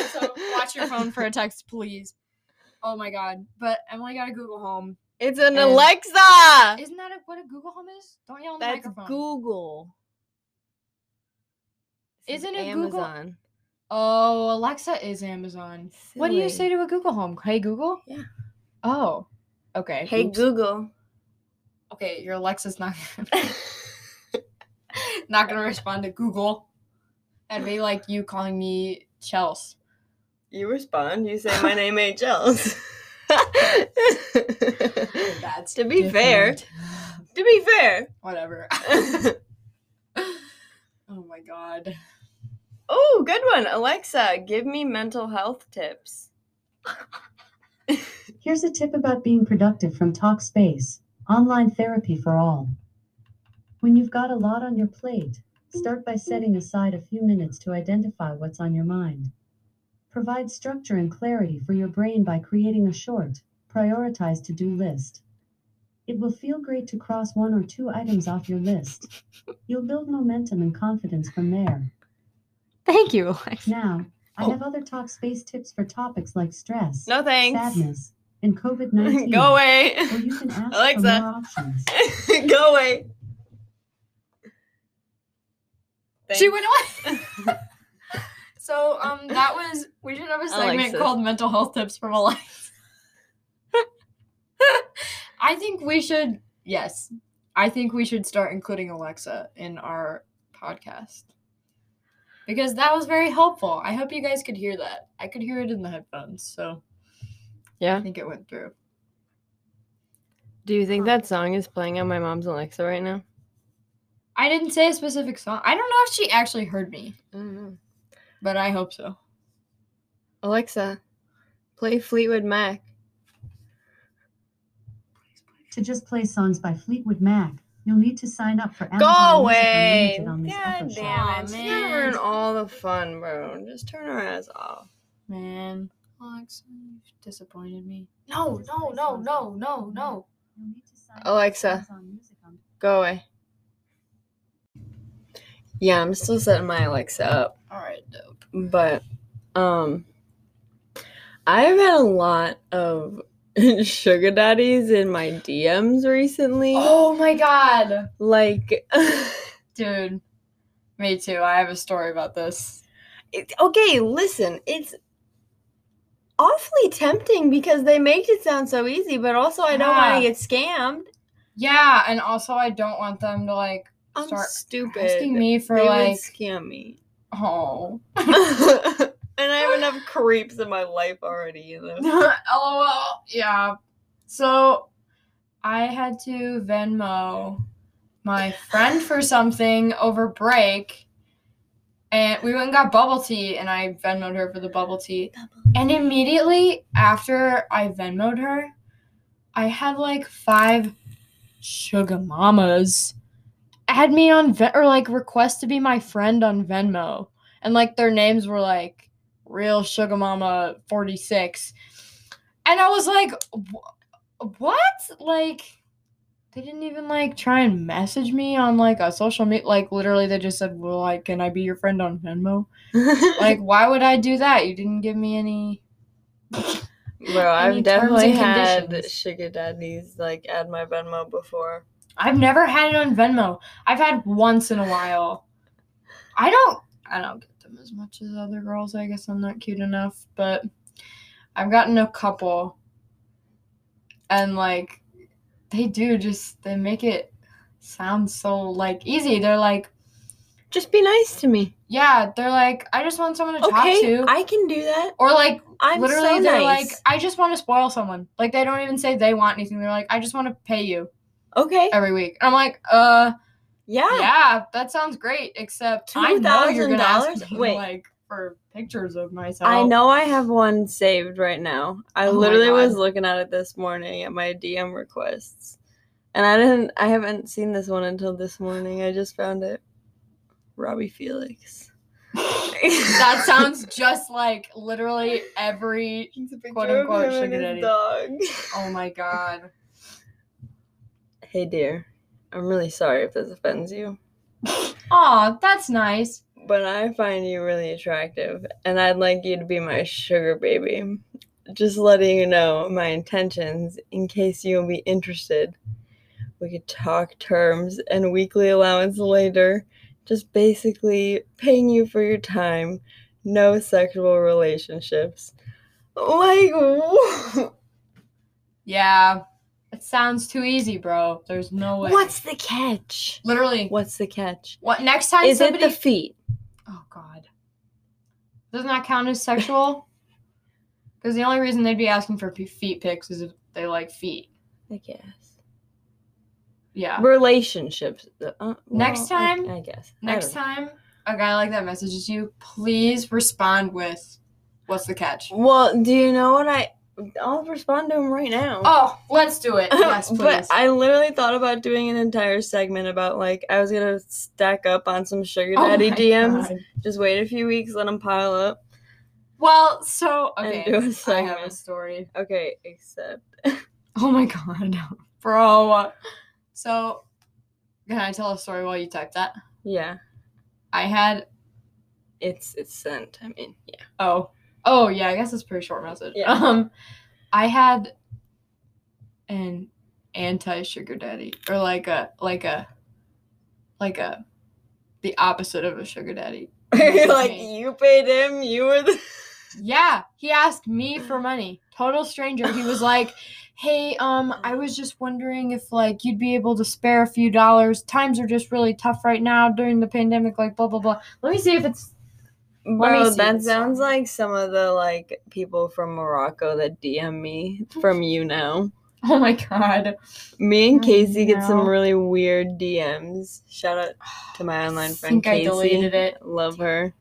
Speaker 1: I hope so. Watch your phone for a text, please. Oh my god. But Emily got a Google Home.
Speaker 2: It's an
Speaker 1: And-
Speaker 2: Alexa.
Speaker 1: Isn't that a, what a Google Home is? Don't yell on the
Speaker 2: That's
Speaker 1: microphone.
Speaker 2: Google. This
Speaker 1: Isn't it Google?
Speaker 2: Amazon?
Speaker 1: Oh, Alexa is Amazon. What do you say
Speaker 2: Silly.
Speaker 1: to a Google Home? Hey Google?
Speaker 2: Yeah.
Speaker 1: Oh. Okay.
Speaker 2: Hey
Speaker 1: oops.
Speaker 2: Google.
Speaker 1: Okay, your Alexa's not gonna, not gonna respond to Google. That'd be like you calling me Chels.
Speaker 2: [laughs] You respond. You say my name ain't [laughs] Jels.
Speaker 1: That's
Speaker 2: To be fair.
Speaker 1: different. [laughs]
Speaker 2: to be fair. [laughs]
Speaker 1: Whatever. [laughs] oh my god.
Speaker 2: Oh, good one. Alexa, give me mental health tips.
Speaker 3: Here's a tip about being productive from TalkSpace online therapy for all. When you've got a lot on your plate, start by setting aside a few minutes to identify what's on your mind. Provide structure and clarity for your brain by creating a short, prioritized to do list. It will feel great to cross one or two items off your list. You'll build momentum and confidence from there.
Speaker 4: Thank you, Alexa.
Speaker 3: Now, I
Speaker 1: Oh.
Speaker 3: have other talk space tips for topics like stress,
Speaker 2: No thanks. [laughs]
Speaker 3: sadness, and COVID 19.
Speaker 2: Go away. [laughs]
Speaker 3: Or you can ask
Speaker 2: Alexa.
Speaker 3: for more options.
Speaker 2: Go away.
Speaker 1: She went away. [laughs] so um, that was we should have a segment
Speaker 2: Alexis.
Speaker 1: called "Mental Health Tips from Alexa." [laughs] I think we should. Yes, I think we should start including Alexa in our podcast because that was very helpful. I hope you guys could hear that. I could hear it in the headphones, so I
Speaker 2: Yeah.
Speaker 1: think it went through.
Speaker 2: Do you think that song is playing on my mom's Alexa right now?
Speaker 1: I didn't say a specific song. I don't know if she actually heard me,
Speaker 2: I don't know.
Speaker 1: but I hope so.
Speaker 2: Alexa, play Fleetwood Mac.
Speaker 3: To just play songs by Fleetwood Mac, you'll need to sign up for Amazon Music
Speaker 2: away.
Speaker 3: Unlimited on this
Speaker 2: God
Speaker 3: Echo Show.
Speaker 1: Aw,
Speaker 2: damn it. You
Speaker 1: man.
Speaker 2: ruin all the fun, bro. Just turn her ass off.
Speaker 1: Man, Alexa, you've disappointed me. No, no, no, no, no, no.
Speaker 3: You'll need to sign up for
Speaker 2: Alexa.
Speaker 3: Amazon Music on-
Speaker 2: Go away. Yeah, I'm still setting my Alexa up,
Speaker 1: All right, dope.
Speaker 2: but um I've had a lot of [laughs] sugar daddies in my DMs recently.
Speaker 1: Oh my god,
Speaker 2: Like [laughs]
Speaker 1: dude. Me too. I have a story about this.
Speaker 2: it- okay, listen, it's awfully tempting because they make it sound so easy, but also I don't want
Speaker 1: Yeah.
Speaker 2: to get scammed.
Speaker 1: Yeah, and also I don't want them to like
Speaker 2: I'm
Speaker 1: start
Speaker 2: stupid.
Speaker 1: asking me for
Speaker 2: they would
Speaker 1: like, [laughs]
Speaker 2: scam me. [laughs]
Speaker 1: oh,
Speaker 2: and I have enough creeps in my life already, you
Speaker 1: [laughs]
Speaker 2: know.
Speaker 1: lol. Yeah. So I had to Venmo my friend for something over break. And we went and got bubble tea, and I Venmoed her for the bubble tea. And immediately after I Venmoed her, I had like five sugar mamas add me on Ven- or like request to be my friend on Venmo, and like their names were like real sugar mama forty six, and I was like, "Wh- what? Like they didn't even like try and message me on like a social media. Like literally, they just said, "Well, like, can I be your friend on Venmo?"
Speaker 2: [laughs]
Speaker 1: like, why would I do that? You didn't give me any.
Speaker 2: Bro,
Speaker 1: any
Speaker 2: I've
Speaker 1: terms
Speaker 2: definitely
Speaker 1: and
Speaker 2: had
Speaker 1: conditions.
Speaker 2: sugar daddies like add my Venmo before.
Speaker 1: I've never had it on Venmo. I've had once in a while. I don't I don't get them as much as other girls. I guess I'm not cute enough, but I've gotten a couple and like they do just they make it sound so like easy. They're like,
Speaker 2: Just be nice to me.
Speaker 1: yeah, they're like I just want someone to talk
Speaker 2: Okay,
Speaker 1: to.
Speaker 2: I can do that.
Speaker 1: or like
Speaker 2: I'm
Speaker 1: literally
Speaker 2: so
Speaker 1: they're
Speaker 2: nice.
Speaker 1: like I just want to spoil someone. Like they don't even say they want anything. They're like I just want to pay you
Speaker 2: okay,
Speaker 1: every week. And I'm like, uh
Speaker 2: yeah.
Speaker 1: Yeah, that sounds great. Except I know you're gonna ask
Speaker 2: $2,000?
Speaker 1: me,
Speaker 2: Wait.
Speaker 1: like for pictures of myself.
Speaker 2: I know I have one saved right now. I
Speaker 1: Oh my
Speaker 2: literally was
Speaker 1: God.
Speaker 2: looking at it this morning at my DM requests. And I didn't I haven't seen this one until this morning. I just found it. Robbie Felix.
Speaker 1: [laughs] that sounds just like literally every.
Speaker 2: [laughs] It's a picture
Speaker 1: Quote,
Speaker 2: of
Speaker 1: unquote,
Speaker 2: him and
Speaker 1: sugar
Speaker 2: his
Speaker 1: daddy.
Speaker 2: dog. [laughs]
Speaker 1: Oh my god.
Speaker 2: Hey dear, I'm really sorry if this offends you,
Speaker 1: Aw, that's nice.
Speaker 2: but I find you really attractive, and I'd like you to be my sugar baby. Just letting you know my intentions in case you'll be interested. We could talk terms and weekly allowance later. Just basically paying you for your time, no sexual relationships. Like,
Speaker 1: Yeah, it sounds too easy, bro. There's no way.
Speaker 2: what's the catch?
Speaker 1: Literally. What?
Speaker 2: What's the catch?
Speaker 1: next time
Speaker 2: Is it
Speaker 1: somebody?
Speaker 2: the feet?
Speaker 1: oh god. Doesn't that count as
Speaker 2: [laughs]
Speaker 1: sexual? Because the only reason they'd be asking for p- feet pics is if they like feet.
Speaker 2: I guess.
Speaker 1: Yeah.
Speaker 2: relationships. Uh,
Speaker 1: Next
Speaker 2: well, I-
Speaker 1: time-
Speaker 2: I, guess. I
Speaker 1: Next
Speaker 2: don't know.
Speaker 1: time a guy like that messages you, please respond with, "What's the catch?"
Speaker 2: Well, do you know what I? I'll respond to him right now.
Speaker 1: Oh, let's do it. Yes, please.
Speaker 2: [laughs] but I literally thought about doing an entire segment about like I was gonna stack up on some sugar
Speaker 1: Oh
Speaker 2: daddy
Speaker 1: my
Speaker 2: DMs.
Speaker 1: God.
Speaker 2: Just wait a few weeks, let them pile up.
Speaker 1: Well, so okay,
Speaker 2: do a
Speaker 1: I have a
Speaker 2: segment.
Speaker 1: story.
Speaker 2: Okay, except
Speaker 1: Oh my god, [laughs]
Speaker 2: Bro.
Speaker 1: So, can I tell a story while you type that?
Speaker 2: Yeah.
Speaker 1: I had.
Speaker 2: It's it's sent. I [laughs] mean, yeah.
Speaker 1: Oh. Oh, yeah. I guess it's a pretty short message.
Speaker 2: Yeah.
Speaker 1: [laughs] Um, I had an anti sugar daddy, or like a like a like a the opposite of a sugar daddy.
Speaker 2: like you paid him, you were the [laughs]
Speaker 1: Yeah, he asked me for money. Total stranger. He was like, "Hey, um, I was just wondering if like you'd be able to spare a few dollars. Times are just really tough right now during the pandemic. Like, blah blah blah. Let me see if it's [laughs] me
Speaker 2: Bro,
Speaker 1: see
Speaker 2: that
Speaker 1: this
Speaker 2: sounds
Speaker 1: one.
Speaker 2: like some of the like people from Morocco that DM me from you now.
Speaker 1: oh my god,
Speaker 2: Me and
Speaker 1: From
Speaker 2: Casey get some
Speaker 1: now.
Speaker 2: really weird DMs. Shout out to my online friend
Speaker 1: think I
Speaker 2: Casey.
Speaker 1: deleted it.
Speaker 2: Love her.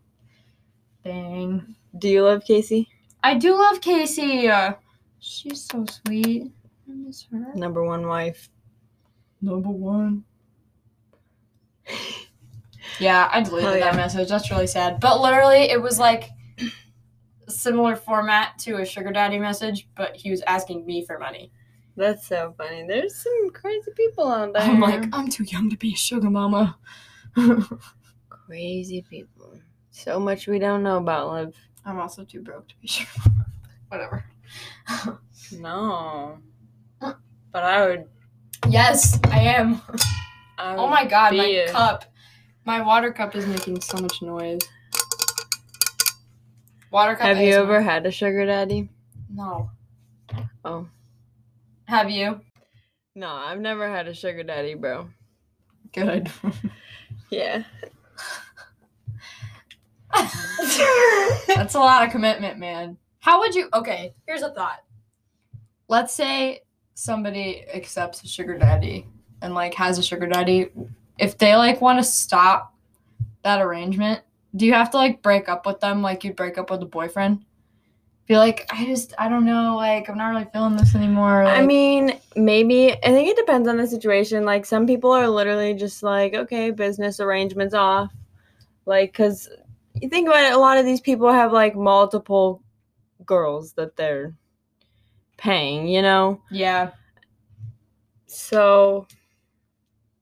Speaker 1: Dang,
Speaker 2: Do you love Casey?
Speaker 1: I do love Casey. Uh, she's so sweet. I miss her.
Speaker 2: Number one wife.
Speaker 1: Number one. Yeah, I deleted
Speaker 2: Oh,
Speaker 1: that
Speaker 2: yeah.
Speaker 1: message. That's really sad. But literally, it was like similar format to a sugar daddy message, but he was asking me for money.
Speaker 2: That's so funny. There's some crazy people out there.
Speaker 1: I'm like, I'm too young to be a sugar mama. [laughs] I'm
Speaker 2: crazy people. So much we don't know about love.
Speaker 1: also too broke to be a sugar mama. Whatever.
Speaker 2: No. But I would.
Speaker 1: Yes, I am.
Speaker 2: I
Speaker 1: Oh my god, my
Speaker 2: Beer.
Speaker 1: cup. My water cup is making so much noise. Water cup.
Speaker 2: Have you
Speaker 1: ASMR.
Speaker 2: ever had a sugar daddy?
Speaker 1: No.
Speaker 2: Oh.
Speaker 1: Have you?
Speaker 2: No, I've never had a sugar daddy, bro.
Speaker 1: [laughs] Good. [laughs]
Speaker 2: Yeah.
Speaker 1: That's a lot of commitment, man. How would you? Okay, here's a thought. Let's say somebody accepts a sugar daddy and like has a sugar daddy. If they like want to stop that arrangement, do you have to like break up with them like you'd break up with a boyfriend? Be like, I just, I don't know, like I'm not really feeling this anymore.
Speaker 2: I
Speaker 1: like-
Speaker 2: mean, maybe I think it depends on the situation. Like some people are literally just like, okay, business arrangements off. Like cuz you think about it, a lot of these people have like multiple girls that they're paying, you know?
Speaker 1: yeah,
Speaker 2: So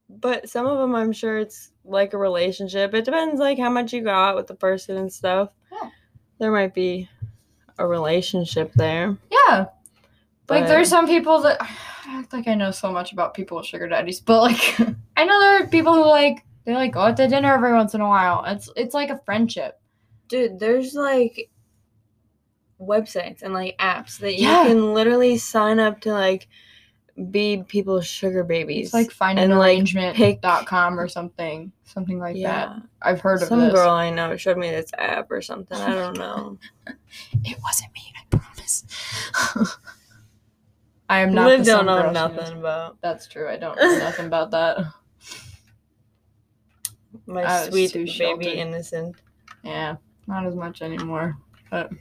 Speaker 2: but some of them I'm sure it's like a relationship. It depends like how much you got with the person and stuff.
Speaker 1: Yeah.
Speaker 2: There might be a relationship there.
Speaker 1: yeah. Like
Speaker 2: but-
Speaker 1: there's some people that [sighs] I act like I know so much about people with sugar daddies, but like [laughs] I know there are people who like they like go out to dinner every once in a while. It's it's like a friendship.
Speaker 2: Dude, there's like websites and like apps that you
Speaker 1: Yeah.
Speaker 2: can literally sign up to like be people's sugar babies.
Speaker 1: It's like find an
Speaker 2: And, like,
Speaker 1: arrangement
Speaker 2: pick-
Speaker 1: dot com or something. Something like that.
Speaker 2: yeah.
Speaker 1: I've heard of
Speaker 2: Some
Speaker 1: this.
Speaker 2: girl I know showed me this app or something. I
Speaker 1: [laughs]
Speaker 2: don't know.
Speaker 1: It wasn't me, I promise. [laughs] I am not
Speaker 2: Liv
Speaker 1: the some
Speaker 2: don't know
Speaker 1: girl she
Speaker 2: nothing
Speaker 1: knows.
Speaker 2: about
Speaker 1: That's true. I don't
Speaker 2: [laughs]
Speaker 1: know nothing about that.
Speaker 2: my
Speaker 1: I was
Speaker 2: sweet
Speaker 1: too
Speaker 2: baby
Speaker 1: sheltered.
Speaker 2: innocent.
Speaker 1: Yeah, not as much anymore. But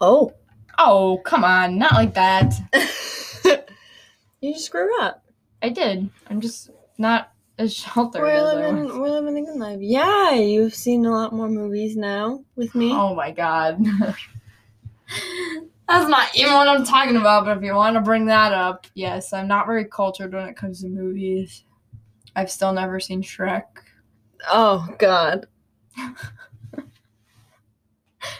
Speaker 2: Oh.
Speaker 1: oh, come on, not like that.
Speaker 2: [laughs] you screw up.
Speaker 1: I did. I'm just not as [laughs] sheltered
Speaker 2: We're
Speaker 1: as I was.
Speaker 2: living we're living the good life. Yeah, you've seen a lot more movies now with me.
Speaker 1: Oh my god. That's not even what I'm talking about, but if you want to bring that up, yes, I'm not very cultured when it comes to movies. I've still never seen Shrek.
Speaker 2: oh
Speaker 1: [laughs]
Speaker 2: god.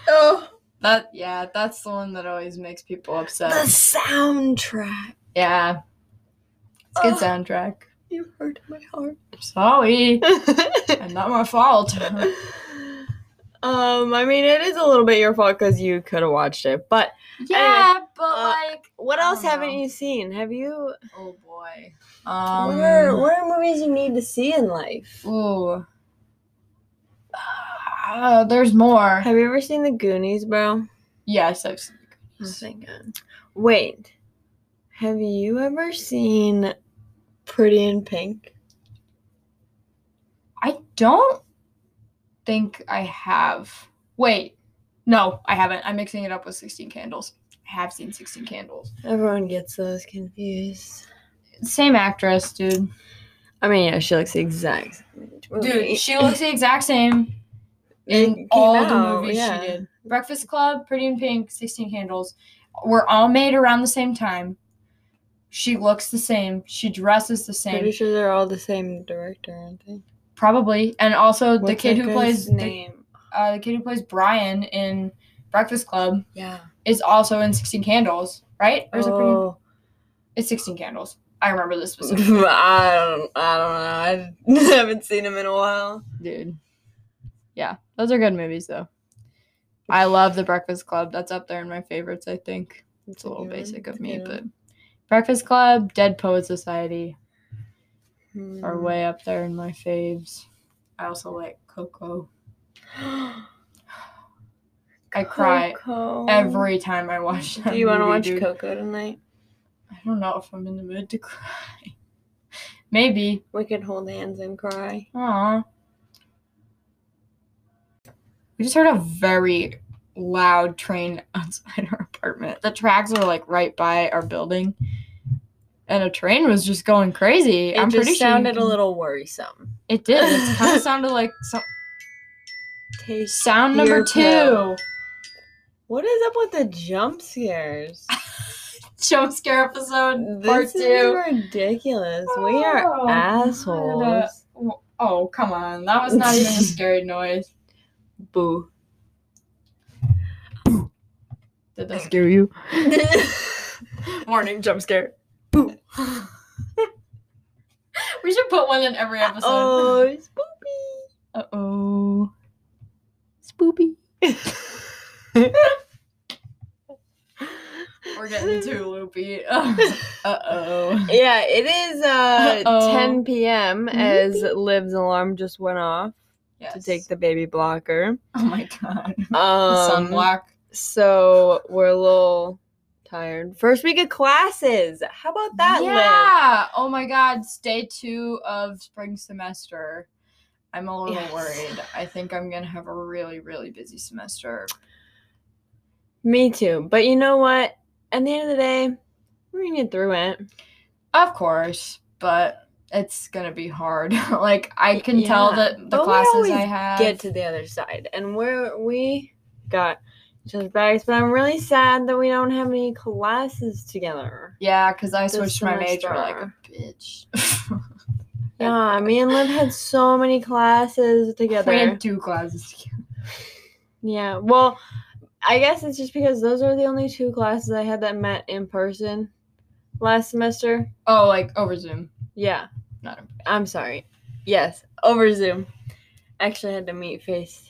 Speaker 2: oh
Speaker 1: That yeah, that's the one that always makes people
Speaker 2: The
Speaker 1: upset.
Speaker 2: soundtrack.
Speaker 1: Yeah. It's a good
Speaker 2: Ugh.
Speaker 1: soundtrack.
Speaker 2: You hurt my heart.
Speaker 1: Sorry. and not my fault. [laughs]
Speaker 2: [laughs] um, I mean, it is a little bit your fault because you could have watched it. But
Speaker 1: yeah, but
Speaker 2: uh,
Speaker 1: like
Speaker 2: what
Speaker 1: I
Speaker 2: else
Speaker 1: don't
Speaker 2: haven't
Speaker 1: know.
Speaker 2: you seen? Have you?
Speaker 1: Oh boy. Um
Speaker 2: what, are, what are movies you need to see in life?
Speaker 1: Ooh. Ah, there's more.
Speaker 2: Have you ever seen The Goonies, bro?
Speaker 1: Yes, I've seen
Speaker 2: Oh,
Speaker 1: Goonies.
Speaker 2: thank God. Wait, have you ever seen Pretty in Pink?
Speaker 1: I don't think I have. Wait, no, I haven't. I'm mixing it up with 16 Candles. I have seen 16 Candles.
Speaker 2: Everyone gets those confused.
Speaker 1: Same actress, dude.
Speaker 2: I mean, yeah, she looks the exact same.
Speaker 1: Dude, she looks the exact same
Speaker 2: It
Speaker 1: in
Speaker 2: came
Speaker 1: all the
Speaker 2: out,
Speaker 1: movies
Speaker 2: yeah.
Speaker 1: she did. Breakfast Club, Pretty in Pink, 16 Candles. were all made around the same time. She looks the same. She dresses the same.
Speaker 2: Pretty sure they're all the same director, aren't they?
Speaker 1: Probably. And also the
Speaker 2: What's
Speaker 1: kid
Speaker 2: that
Speaker 1: who
Speaker 2: guy's
Speaker 1: plays the,
Speaker 2: name.
Speaker 1: uh, the kid who plays Brian in Breakfast Club
Speaker 2: yeah.
Speaker 1: is also in Sixteen Candles, right? Or is it pretty-
Speaker 2: Oh. [laughs]
Speaker 1: it's Sixteen Candles. I remember this
Speaker 2: I [laughs]
Speaker 1: specifically.
Speaker 2: don't. I don't know. I [laughs] haven't seen him in a while.
Speaker 1: Dude. Yeah. Those are good movies though. I love The Breakfast Club. That's up there in my favorites, I think. It's a little basic of me, but Breakfast Club, Dead Poet Society
Speaker 2: but
Speaker 1: are
Speaker 2: [gasps]
Speaker 1: way up there in my faves. I also like Coco. I cry every time I watch that.
Speaker 2: Do you want to
Speaker 1: movie,
Speaker 2: watch
Speaker 1: dude.
Speaker 2: Coco tonight?
Speaker 1: I don't know if I'm in the mood to cry. [laughs] Maybe.
Speaker 2: We could hold hands and cry.
Speaker 1: Aw. We just heard a very loud train [laughs] outside our apartment. The tracks are like right by our building. And a train was just going crazy.
Speaker 2: It
Speaker 1: I'm
Speaker 2: just
Speaker 1: pretty
Speaker 2: sounded
Speaker 1: sure
Speaker 2: a little worrisome.
Speaker 1: It did. It
Speaker 2: [laughs]
Speaker 1: kind of sounded like some,
Speaker 2: Taste.
Speaker 1: sound number
Speaker 2: Ear
Speaker 1: two.
Speaker 2: pill. What is up with the
Speaker 1: [laughs]
Speaker 2: jump scares?
Speaker 1: Jump scare episode part
Speaker 2: this is
Speaker 1: two.
Speaker 2: ridiculous. we are
Speaker 1: Oh, God.
Speaker 2: assholes.
Speaker 1: Oh come on, that was not even
Speaker 2: [laughs]
Speaker 1: a scary noise.
Speaker 2: Boo.
Speaker 1: Did that
Speaker 5: Scare you.
Speaker 1: Warning, jump scare. [laughs] we should put one in every episode.
Speaker 2: [laughs] oh, it's
Speaker 1: Uh oh. Spoopy. We're getting
Speaker 2: [laughs]
Speaker 1: too loopy. Uh oh.
Speaker 2: Yeah, it is uh,
Speaker 1: Uh-oh.
Speaker 2: 10 p.m. as Liv's alarm just went off
Speaker 1: Yes.
Speaker 2: to take the
Speaker 1: [laughs]
Speaker 2: baby blocker.
Speaker 1: Oh my god.
Speaker 2: Um,
Speaker 1: Sunblock.
Speaker 2: So we're a little tired. First week of classes. How about that, Liv?
Speaker 1: yeah. Oh my God. It's day two of spring semester. I'm a little
Speaker 2: Yes.
Speaker 1: worried. I think I'm gonna have a really, really busy semester.
Speaker 2: Me too. But you know what? At the end of the day, we're going to get through it.
Speaker 1: Of course, but it's gonna be hard. [laughs] like I can tell
Speaker 2: Yeah,
Speaker 1: that the
Speaker 2: but we
Speaker 1: classes I
Speaker 2: always
Speaker 1: have.
Speaker 2: Get to the other side. And where we got each other's bags, but I'm really sad that we don't have any classes together.
Speaker 1: yeah, because I
Speaker 2: this
Speaker 1: switched my major like a
Speaker 2: semester.
Speaker 1: bitch. [laughs]
Speaker 2: Yeah, me and Liv had so many classes together.
Speaker 1: we had two classes together.
Speaker 2: Yeah. Well, I guess it's just because those are the only two classes I had that met in person last semester.
Speaker 1: Oh, like over Zoom.
Speaker 2: Yeah.
Speaker 1: Not in-
Speaker 2: I'm sorry. Yes, over Zoom. Actually, I had to meet face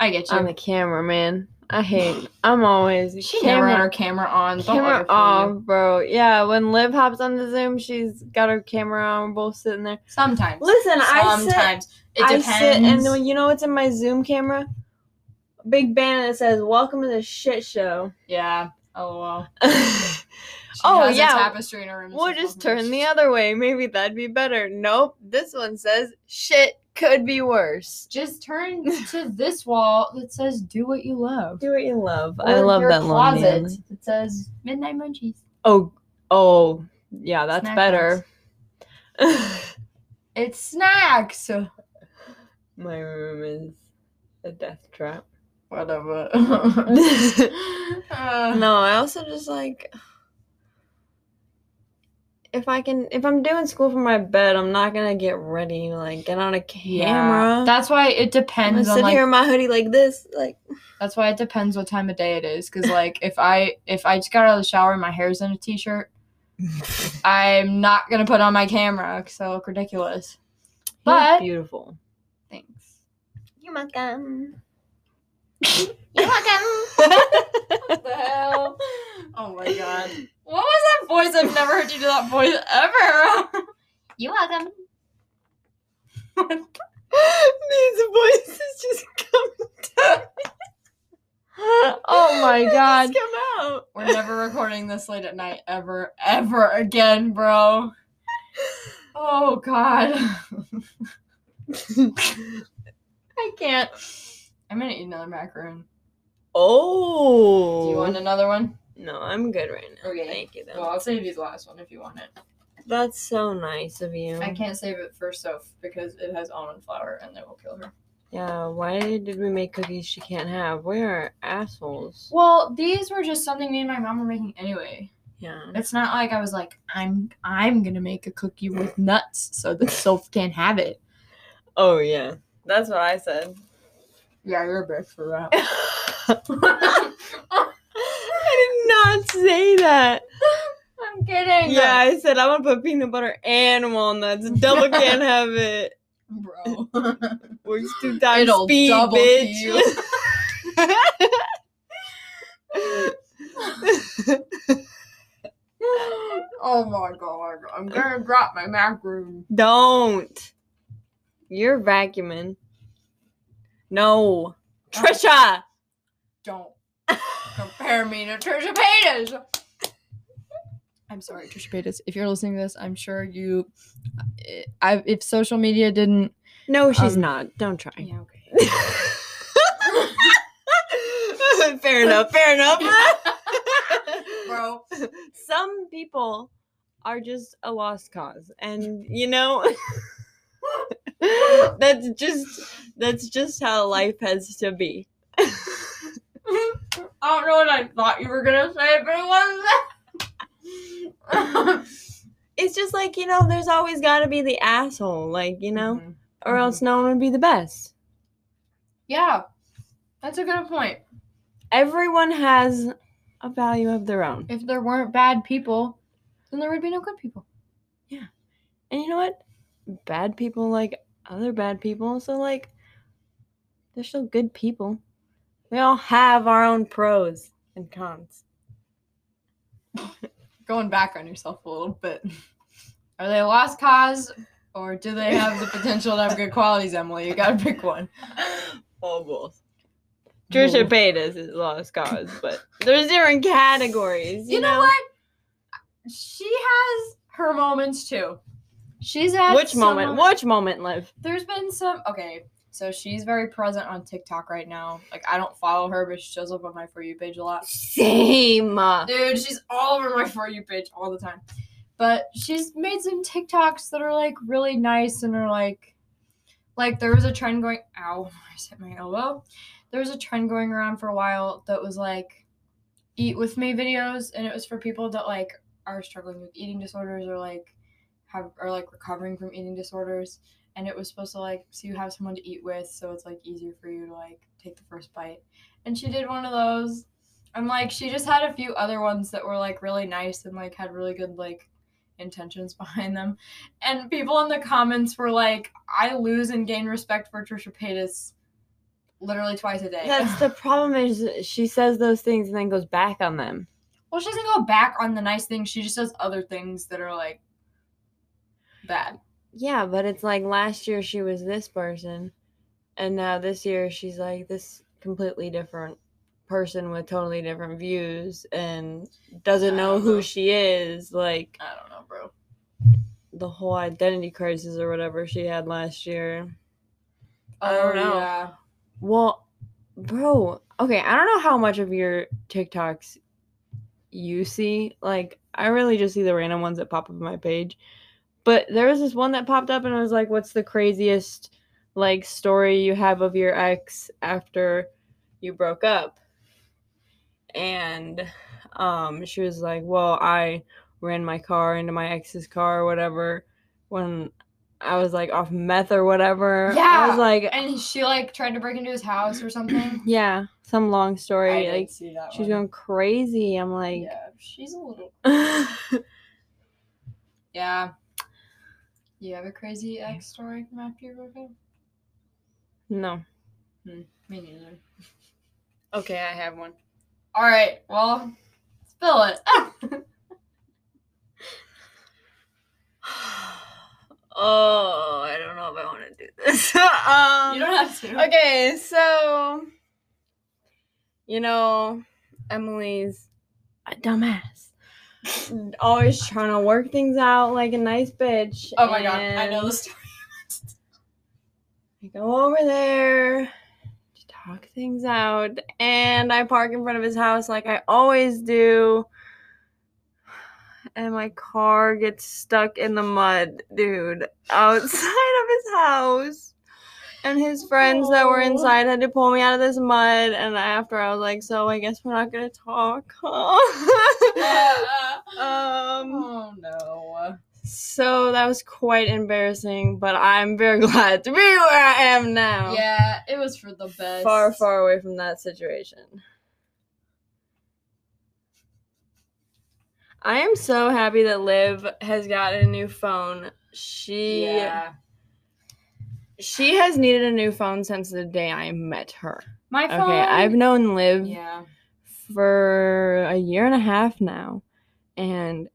Speaker 1: I get you.
Speaker 2: on the camera, man. I
Speaker 1: [sighs]
Speaker 2: hate. I'm always
Speaker 1: she never had
Speaker 2: camera
Speaker 1: her camera on. Don't
Speaker 2: camera
Speaker 1: ever fool you.
Speaker 2: off, bro. Yeah, when Liv hops on the Zoom, she's got her camera on. We're both sitting there.
Speaker 1: Sometimes.
Speaker 2: Listen, I sit.
Speaker 1: Sometimes. it
Speaker 2: I
Speaker 1: depends.
Speaker 2: sit, and then you know what's in my Zoom camera? A big banner that says "Welcome to the
Speaker 1: [laughs]
Speaker 2: shit show."
Speaker 1: yeah. LOL. She
Speaker 2: Oh,
Speaker 1: has a
Speaker 2: yeah.
Speaker 1: tapestry in her room. that
Speaker 2: We'll
Speaker 1: says,
Speaker 2: just
Speaker 1: "Welcome to
Speaker 2: turn the other way. Maybe that'd be better. Nope. This one says shit could be worse.
Speaker 1: Just turn to this wall that says "Do what you love."
Speaker 2: Do what you love.
Speaker 1: Or
Speaker 2: [laughs] I love
Speaker 1: your
Speaker 2: that
Speaker 1: closet
Speaker 2: closet.
Speaker 1: that says "Midnight Munchies."
Speaker 2: Oh, oh, yeah, that's
Speaker 1: Snack
Speaker 2: better.
Speaker 1: It's snacks.
Speaker 2: [laughs]
Speaker 1: [laughs]
Speaker 2: my room is a death
Speaker 1: [laughs]
Speaker 2: trap.
Speaker 1: Whatever. [laughs]
Speaker 2: [laughs] No, I also just like if I can if I'm doing school from my bed, I'm not gonna get ready to like get on a camera.
Speaker 1: That's why it
Speaker 2: I'm
Speaker 1: depends on
Speaker 2: gonna sit
Speaker 1: like.
Speaker 2: here in my hoodie like this, like
Speaker 1: That's why it depends what time of day it is. Cause like if I if I just got out of the shower and my hair's in a [laughs] t-shirt, I'm not gonna put on my camera because I look ridiculous. But-
Speaker 2: beautiful.
Speaker 1: Thanks.
Speaker 2: You're welcome.
Speaker 1: You're welcome. [laughs] what the hell? Oh my god. What was that voice? I've never heard you do that voice ever. [laughs] You're welcome.
Speaker 2: [laughs] These voices just come down.
Speaker 1: oh my
Speaker 2: They just
Speaker 1: god.
Speaker 2: come out.
Speaker 1: [laughs] We're never recording this late at night ever, ever again, [laughs] bro. Oh god. [laughs]
Speaker 2: I can't.
Speaker 1: I'm gonna eat another macaroon.
Speaker 2: Oh.
Speaker 1: Do you want another one?
Speaker 2: No, I'm good right now.
Speaker 1: Okay.
Speaker 2: Thank you, though.
Speaker 1: Well, I'll save you the last one if you want it.
Speaker 2: That's so nice of you.
Speaker 1: I can't save it for Soph because it has almond flour and that will kill her.
Speaker 2: Yeah, why did we make cookies she can't have? We are assholes.
Speaker 1: Well, these were just something me and my mom were making anyway.
Speaker 2: Yeah.
Speaker 1: It's not like I was like, I'm I'm gonna make a cookie with nuts so that Soph can't have it.
Speaker 2: Oh yeah. That's what I [laughs] said.
Speaker 1: Yeah, you're a bitch for that. [laughs]
Speaker 2: I did not say that.
Speaker 1: I'm
Speaker 2: [laughs]
Speaker 1: kidding.
Speaker 2: Yeah, I said I'm gonna put peanut butter and
Speaker 1: [laughs]
Speaker 2: walnuts. Double can't have it.
Speaker 1: bro.
Speaker 2: Works two
Speaker 1: [laughs]
Speaker 2: times
Speaker 1: It'll
Speaker 2: speed,
Speaker 1: double
Speaker 2: bitch.
Speaker 1: [laughs] oh my god, I'm gonna drop my macaroon.
Speaker 2: [laughs] Don't. You're vacuuming. No, Trisha.
Speaker 1: Don't compare me to Trisha Paytas. I'm sorry, Trisha Paytas. If you're listening to this, I'm sure you. I, if social media didn't.
Speaker 2: No, she's
Speaker 1: Um,
Speaker 2: not. Don't try.
Speaker 1: okay.
Speaker 2: [laughs] fair enough. Fair enough.
Speaker 1: [laughs] Bro.
Speaker 2: Some people are just a lost cause, and you know [laughs] that's just that's just how life has to be.
Speaker 1: I don't know what I thought you were gonna say, but it wasn't that.
Speaker 2: It's just like you know, there's always got to be the asshole, like you know, or else no one would be the best.
Speaker 1: Yeah, that's a good point.
Speaker 2: Everyone has a value of their own,
Speaker 1: If there weren't bad people, then there would be no good people.
Speaker 2: and you know what? Bad people like other bad people, so like they're still good people. We all have our own pros and cons.
Speaker 1: Going back on yourself a little bit. Are they a lost cause, or do they have the potential to have good qualities, Emily? You gotta pick one.
Speaker 2: All both. Trisha
Speaker 1: Ooh.
Speaker 2: Paytas is lost cause, but there's different categories. You,
Speaker 1: You know what? She has her moments too. She's at
Speaker 2: Which
Speaker 1: some
Speaker 2: moment?
Speaker 1: of-
Speaker 2: Which moment, Liv?
Speaker 1: there's been some okay so she's very present on tiktok right now like i don't follow her but she shows up on my for you page a lot
Speaker 2: Same.
Speaker 1: dude she's all over my for you page all the time but she's made some tiktoks that are like really nice and are like like there was a trend going ow [laughs] i hit my elbow there was a trend going around for a while that was like eat with me videos and it was for people that like are struggling with eating disorders or like have are like recovering from eating disorders and it was supposed to like so you have someone to eat with so it's like easier for you to like take the first bite and she did one of those and like she just had a few other ones that were like really nice and like had really good like intentions [laughs] behind them and people in the comments were like i lose and gain respect for trisha paytas literally twice a day
Speaker 2: That's the problem. Is that she says those things and then goes back on them.
Speaker 1: [laughs] Well, she doesn't go back on the nice things. She just does other things that are like bad.
Speaker 2: Yeah, but it's like last year she was this person, and now this year she's like this completely different person with totally different views and doesn't
Speaker 1: I
Speaker 2: know
Speaker 1: don't know.
Speaker 2: who she is. Like
Speaker 1: I don't know, bro.
Speaker 2: the whole identity crisis or whatever she had last year.
Speaker 1: I don't know. Oh, Yeah.
Speaker 2: Well, bro, okay, I don't know how much of your TikToks you see. Like, I really just see the random ones that pop up on my page. But there was this one that popped up and I was like, what's the craziest like story you have of your ex after you broke up? And um she was like, "Well, I ran my car into my ex's car or whatever when I was like off meth or whatever." I
Speaker 1: Yeah,
Speaker 2: was like,
Speaker 1: And she like tried to break into his house or
Speaker 2: [clears throat]
Speaker 1: something.
Speaker 2: yeah, some long story. like
Speaker 1: see that.
Speaker 2: she's going crazy. I'm like,
Speaker 1: Yeah, she's a little. Yeah. You have a crazy ex story from after you broke up?
Speaker 2: [laughs] no.
Speaker 1: Me neither.
Speaker 2: Okay, I have one. [sighs]
Speaker 1: All right. Well, spill it. [laughs]
Speaker 2: oh, I don't know if I want to do this. [laughs] um,
Speaker 1: you don't have to.
Speaker 2: okay, so you know, Emily's a
Speaker 1: [laughs]
Speaker 2: dumbass. Always trying to work things out like a nice bitch.
Speaker 1: Oh my god, I know
Speaker 2: and-
Speaker 1: the story. [laughs]
Speaker 2: I go over there to talk things out, and I park in front of his house like I always do. And my car gets stuck in the mud, dude, outside of his house. and his friends that were inside had to pull me out of this mud. And after I was like, so I guess we're not gonna talk. [laughs] huh?" um,
Speaker 1: oh no.
Speaker 2: so that was quite embarrassing, but I'm very [laughs] glad to be where I am now.
Speaker 1: Yeah, it was for the best.
Speaker 2: Far, far away from that situation. I am so happy that Liv has gotten a new phone. She
Speaker 1: Yeah.
Speaker 2: she has needed a new phone since the day I met her.
Speaker 1: My
Speaker 2: Okay,
Speaker 1: phone.
Speaker 2: I've known Liv
Speaker 1: Yeah.
Speaker 2: for a year and a half now, and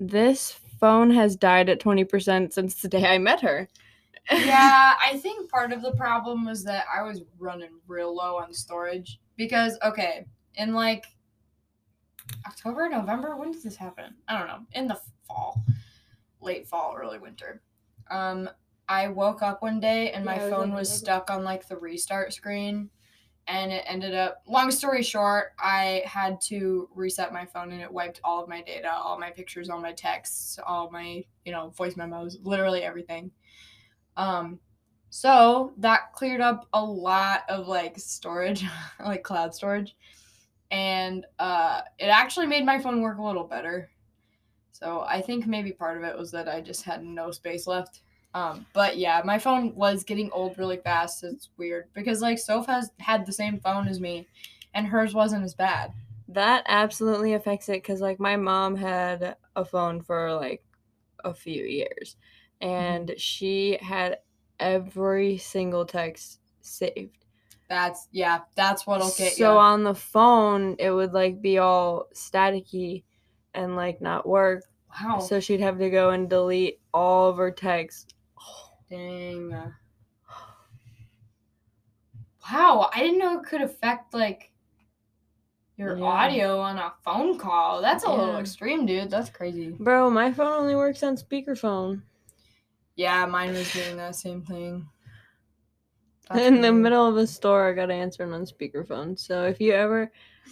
Speaker 2: this phone has died at 20% since the day I met her.
Speaker 1: yeah, I think part of the problem was that I was running real low on storage because okay, in like October, November, when did this happen? I don't know. In the fall, late fall, early winter. Um, I woke up one day and my
Speaker 2: Yeah, it was
Speaker 1: phone
Speaker 2: like
Speaker 1: was
Speaker 2: November.
Speaker 1: stuck on like the restart screen, and it ended up. Long story short, I had to reset my phone and it wiped all of my data, all my pictures, all my texts, all my you know voice memos, literally everything. Um, so that cleared up a lot of like storage, [laughs] like cloud storage, and uh, it actually made my phone work a little better. So I think maybe part of it was that I just had no space left. Um, but yeah, my phone was getting old really fast. It's weird because like Soph has had the same phone as me, and hers wasn't as bad.
Speaker 2: That absolutely affects it because, like, my mom had a phone for like a few years, and she had every single text saved.
Speaker 1: That's yeah, that's what'll get
Speaker 2: so um,
Speaker 1: you.
Speaker 2: on the phone, it would like be all staticky and like not work.
Speaker 1: wow,
Speaker 2: So she'd have to go and delete all of her texts
Speaker 1: dang. Wow, I didn't know it could affect like your
Speaker 2: Yeah.
Speaker 1: audio on a phone call. That's a little
Speaker 2: Yeah.
Speaker 1: extreme, dude. That's crazy.
Speaker 2: Bro, my phone only works on speakerphone.
Speaker 1: Yeah, mine was doing that same thing.
Speaker 2: [laughs]
Speaker 1: That's
Speaker 2: In the
Speaker 1: weird.
Speaker 2: middle of a store, I got answering on speakerphone. So if you ever,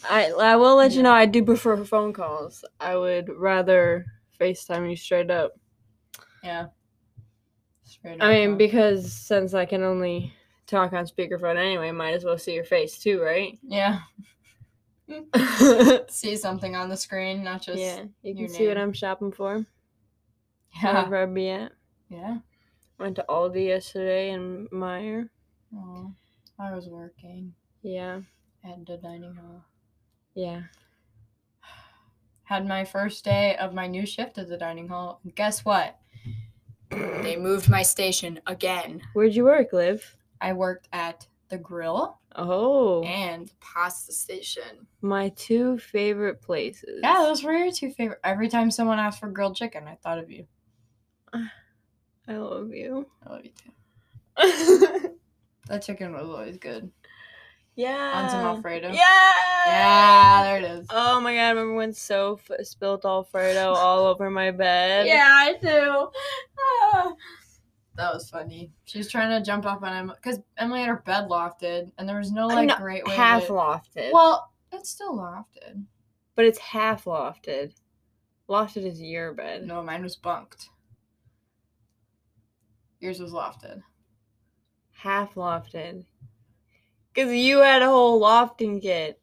Speaker 2: I I will let you know. I do prefer phone calls. I would rather FaceTime you straight up.
Speaker 1: Yeah. Straight
Speaker 2: I
Speaker 1: up,
Speaker 2: mean,
Speaker 1: huh?
Speaker 2: because since I can only talk on speakerphone anyway, might as well see your face too, right? [laughs]
Speaker 1: yeah, see something on the screen, not just [laughs]
Speaker 2: yeah, you
Speaker 1: your
Speaker 2: can see what
Speaker 1: name.
Speaker 2: I'm shopping for.
Speaker 1: yeah,
Speaker 2: Wherever I be at.
Speaker 1: yeah.
Speaker 2: Went to Aldi yesterday and Meyer.
Speaker 1: Oh, I was working
Speaker 2: Yeah,
Speaker 1: at the dining hall.
Speaker 2: yeah.
Speaker 1: Had my first day of my new shift at the dining hall. and Guess what? They moved my station again.
Speaker 2: Where'd you work, Liv?
Speaker 1: I worked at the grill
Speaker 2: Oh,
Speaker 1: and pasta station.
Speaker 2: my two favorite places.
Speaker 1: Yeah, those were your two favorite. Every time someone asked for grilled chicken, I thought of you.
Speaker 2: I love you.
Speaker 1: I love you too.
Speaker 2: [laughs]
Speaker 1: That chicken was always good.
Speaker 2: yeah.
Speaker 1: On some Alfredo.
Speaker 2: Uh, Yeah.
Speaker 1: Yeah, there it is.
Speaker 2: Oh my god! I remember when Soph spilled Alfredo all over my bed?
Speaker 1: I do. Ah. that was funny. She was trying to jump up on Emily because Emily had her bed lofted, and there was no
Speaker 2: I'm
Speaker 1: like
Speaker 2: not
Speaker 1: great way.
Speaker 2: Half
Speaker 1: to,
Speaker 2: lofted.
Speaker 1: Well, it's still lofted.
Speaker 2: but it's half lofted. Lofted is your bed.
Speaker 1: No, mine was bunked. Yours was lofted.
Speaker 2: Half lofted. Cause you had a whole lofting kit.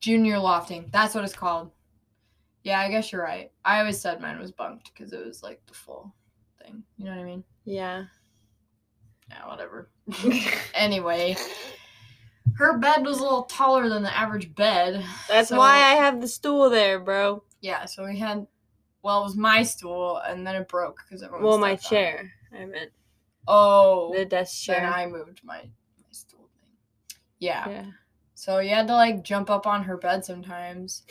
Speaker 1: Junior lofting. That's what it's called. Yeah, I guess you're right. I always said mine was bunked because it was like the full thing. You know what I mean?
Speaker 2: Yeah.
Speaker 1: Yeah,
Speaker 2: [laughs]
Speaker 1: whatever. anyway, her bed was a little taller than the average bed.
Speaker 2: That's
Speaker 1: So-
Speaker 2: why I have the stool there, bro.
Speaker 1: Yeah, so we had, well, it was my stool, and then it broke because everyone.
Speaker 2: Well, my
Speaker 1: stepped on it.
Speaker 2: chair. I meant
Speaker 1: Oh,
Speaker 2: the desk
Speaker 1: then
Speaker 2: chair.
Speaker 1: I moved my my stool thing. Yeah.
Speaker 2: yeah.
Speaker 1: So you had to like jump up on her bed sometimes,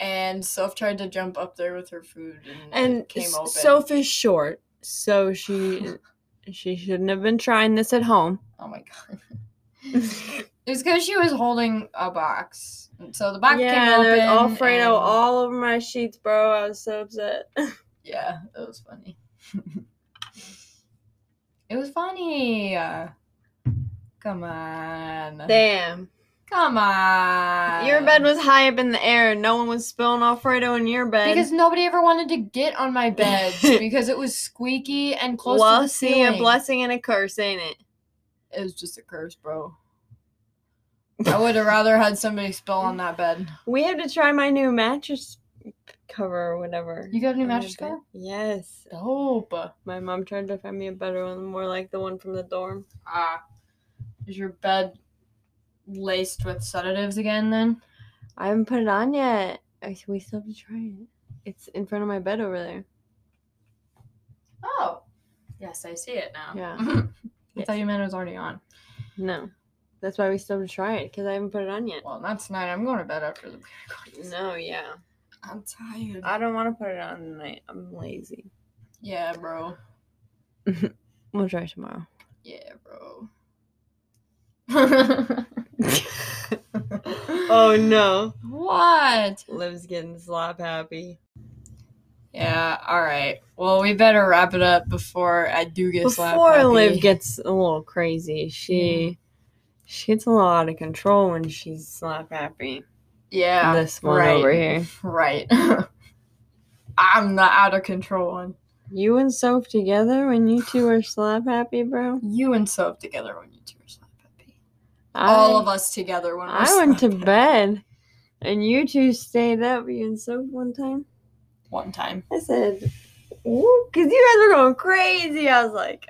Speaker 1: and Soph tried to jump up there with her food, and,
Speaker 2: And
Speaker 1: it came
Speaker 2: S-
Speaker 1: open.
Speaker 2: Soph is short, so she she shouldn't have been trying this at
Speaker 1: [laughs]
Speaker 2: home.
Speaker 1: oh my god. It was because she was holding a box, and so the box
Speaker 2: yeah,
Speaker 1: came open.
Speaker 2: there was Alfredo
Speaker 1: and-
Speaker 2: all over my sheets, bro. I was so upset.
Speaker 1: [laughs] Yeah, it was funny. [laughs] it was funny. Come on.
Speaker 2: Damn.
Speaker 1: Come on.
Speaker 2: Your bed was high up in the air and no one was spilling Alfredo in your bed.
Speaker 1: Because nobody ever wanted to get on my [laughs] bed because it was squeaky and close
Speaker 2: well,
Speaker 1: to the
Speaker 2: see, a
Speaker 1: ceiling.
Speaker 2: blessing and a curse, ain't it?
Speaker 1: It was just a curse, bro. I would have rather had somebody spill on that bed.
Speaker 2: We have to try my new mattress cover or whatever.
Speaker 1: You got a new
Speaker 2: on my
Speaker 1: mattress
Speaker 2: bed.
Speaker 1: cover?
Speaker 2: Yes.
Speaker 1: Dope.
Speaker 2: My mom tried to find me a better one, more like the one from the dorm.
Speaker 1: Ah. Is your bed laced with sedatives again then?
Speaker 2: I haven't put it on yet. I, we still have to try it. It's in front of my bed over there.
Speaker 6: Oh. Yes, I see it now.
Speaker 1: [laughs]
Speaker 2: Yeah.
Speaker 1: I thought you meant it was already on.
Speaker 2: No. That's why we still have to try it because I haven't put it on yet.
Speaker 1: Well, not tonight. I'm going to bed after the recording.
Speaker 2: No, yeah.
Speaker 1: I'm tired.
Speaker 2: I don't want to put it on tonight. I'm lazy.
Speaker 1: Yeah, bro.
Speaker 2: We'll try tomorrow.
Speaker 1: Yeah, bro.
Speaker 2: [laughs]
Speaker 1: [laughs] oh
Speaker 2: Oh no.
Speaker 1: What?
Speaker 2: Liv's getting slop happy.
Speaker 1: Yeah, alright. Well, we better wrap it up before I do get slapped.
Speaker 2: Before Liv
Speaker 1: happy.
Speaker 2: gets a little crazy, she she gets a little out of control when she's slap happy.
Speaker 1: Yeah.
Speaker 2: this one
Speaker 1: right.
Speaker 2: over here.
Speaker 1: Right. [laughs] I'm the out of control one.
Speaker 2: You and Soph together when you two are slap happy, bro.
Speaker 1: You and Soap together when you two are slap happy. All
Speaker 2: I-
Speaker 1: of us together when we're
Speaker 2: I went to
Speaker 1: slap [laughs] happy.
Speaker 2: bed, and you two stayed up. You and Soph one time.
Speaker 1: one time.
Speaker 2: I said, "Ooh," because you guys were going crazy." I was like,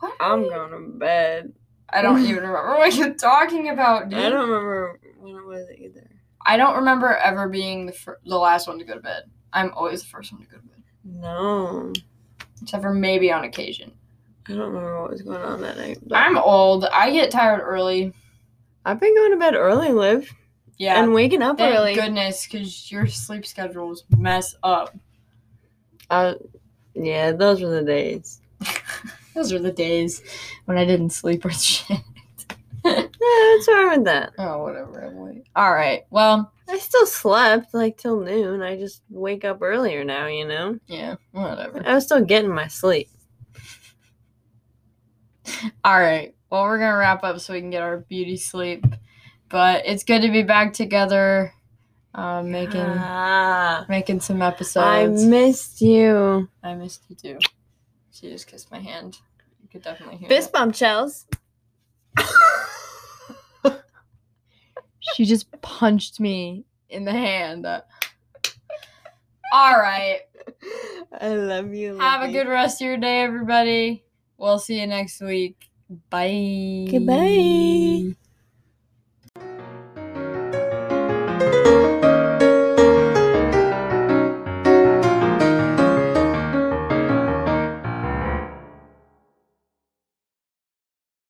Speaker 1: What?
Speaker 2: "I'm going to bed."
Speaker 1: I don't
Speaker 2: [laughs]
Speaker 1: even remember what you're talking about, dude.
Speaker 2: I don't remember when it was either.
Speaker 1: I don't remember ever being the fir- the last one to go to bed. I'm always the first one to go to bed,
Speaker 2: No,
Speaker 1: except for maybe on occasion.
Speaker 2: I don't remember what was going on that night. but-
Speaker 1: I'm old. I get tired early.
Speaker 2: I've been going to bed early, Liv,
Speaker 1: Yeah.
Speaker 2: and waking up
Speaker 1: Thank
Speaker 2: early.
Speaker 1: goodness, because your sleep schedules mess up. [laughs]
Speaker 2: Uh, yeah, those were the days.
Speaker 1: Those are the days when I didn't sleep or [laughs] shit.
Speaker 2: No, what's wrong with that?
Speaker 1: Oh, whatever. I'm late. All right. Well,
Speaker 2: I still slept like till noon. I just wake up earlier now, you know.
Speaker 1: yeah, whatever.
Speaker 2: I was still getting my sleep.
Speaker 1: All right. Well, we're going to wrap up so we can get our beauty sleep. But it's good to be back together, um, making
Speaker 2: Ah,
Speaker 1: making some
Speaker 2: I
Speaker 1: episodes.
Speaker 2: missed you.
Speaker 1: I missed you too. She just kissed my hand. You could definitely hear
Speaker 2: Fist bump, Chels.
Speaker 1: She just punched me in the hand. All right.
Speaker 2: [laughs] I love you.
Speaker 1: Have a
Speaker 2: Livy.
Speaker 1: good rest of your day, everybody. We'll see you next week. Bye.
Speaker 2: Goodbye.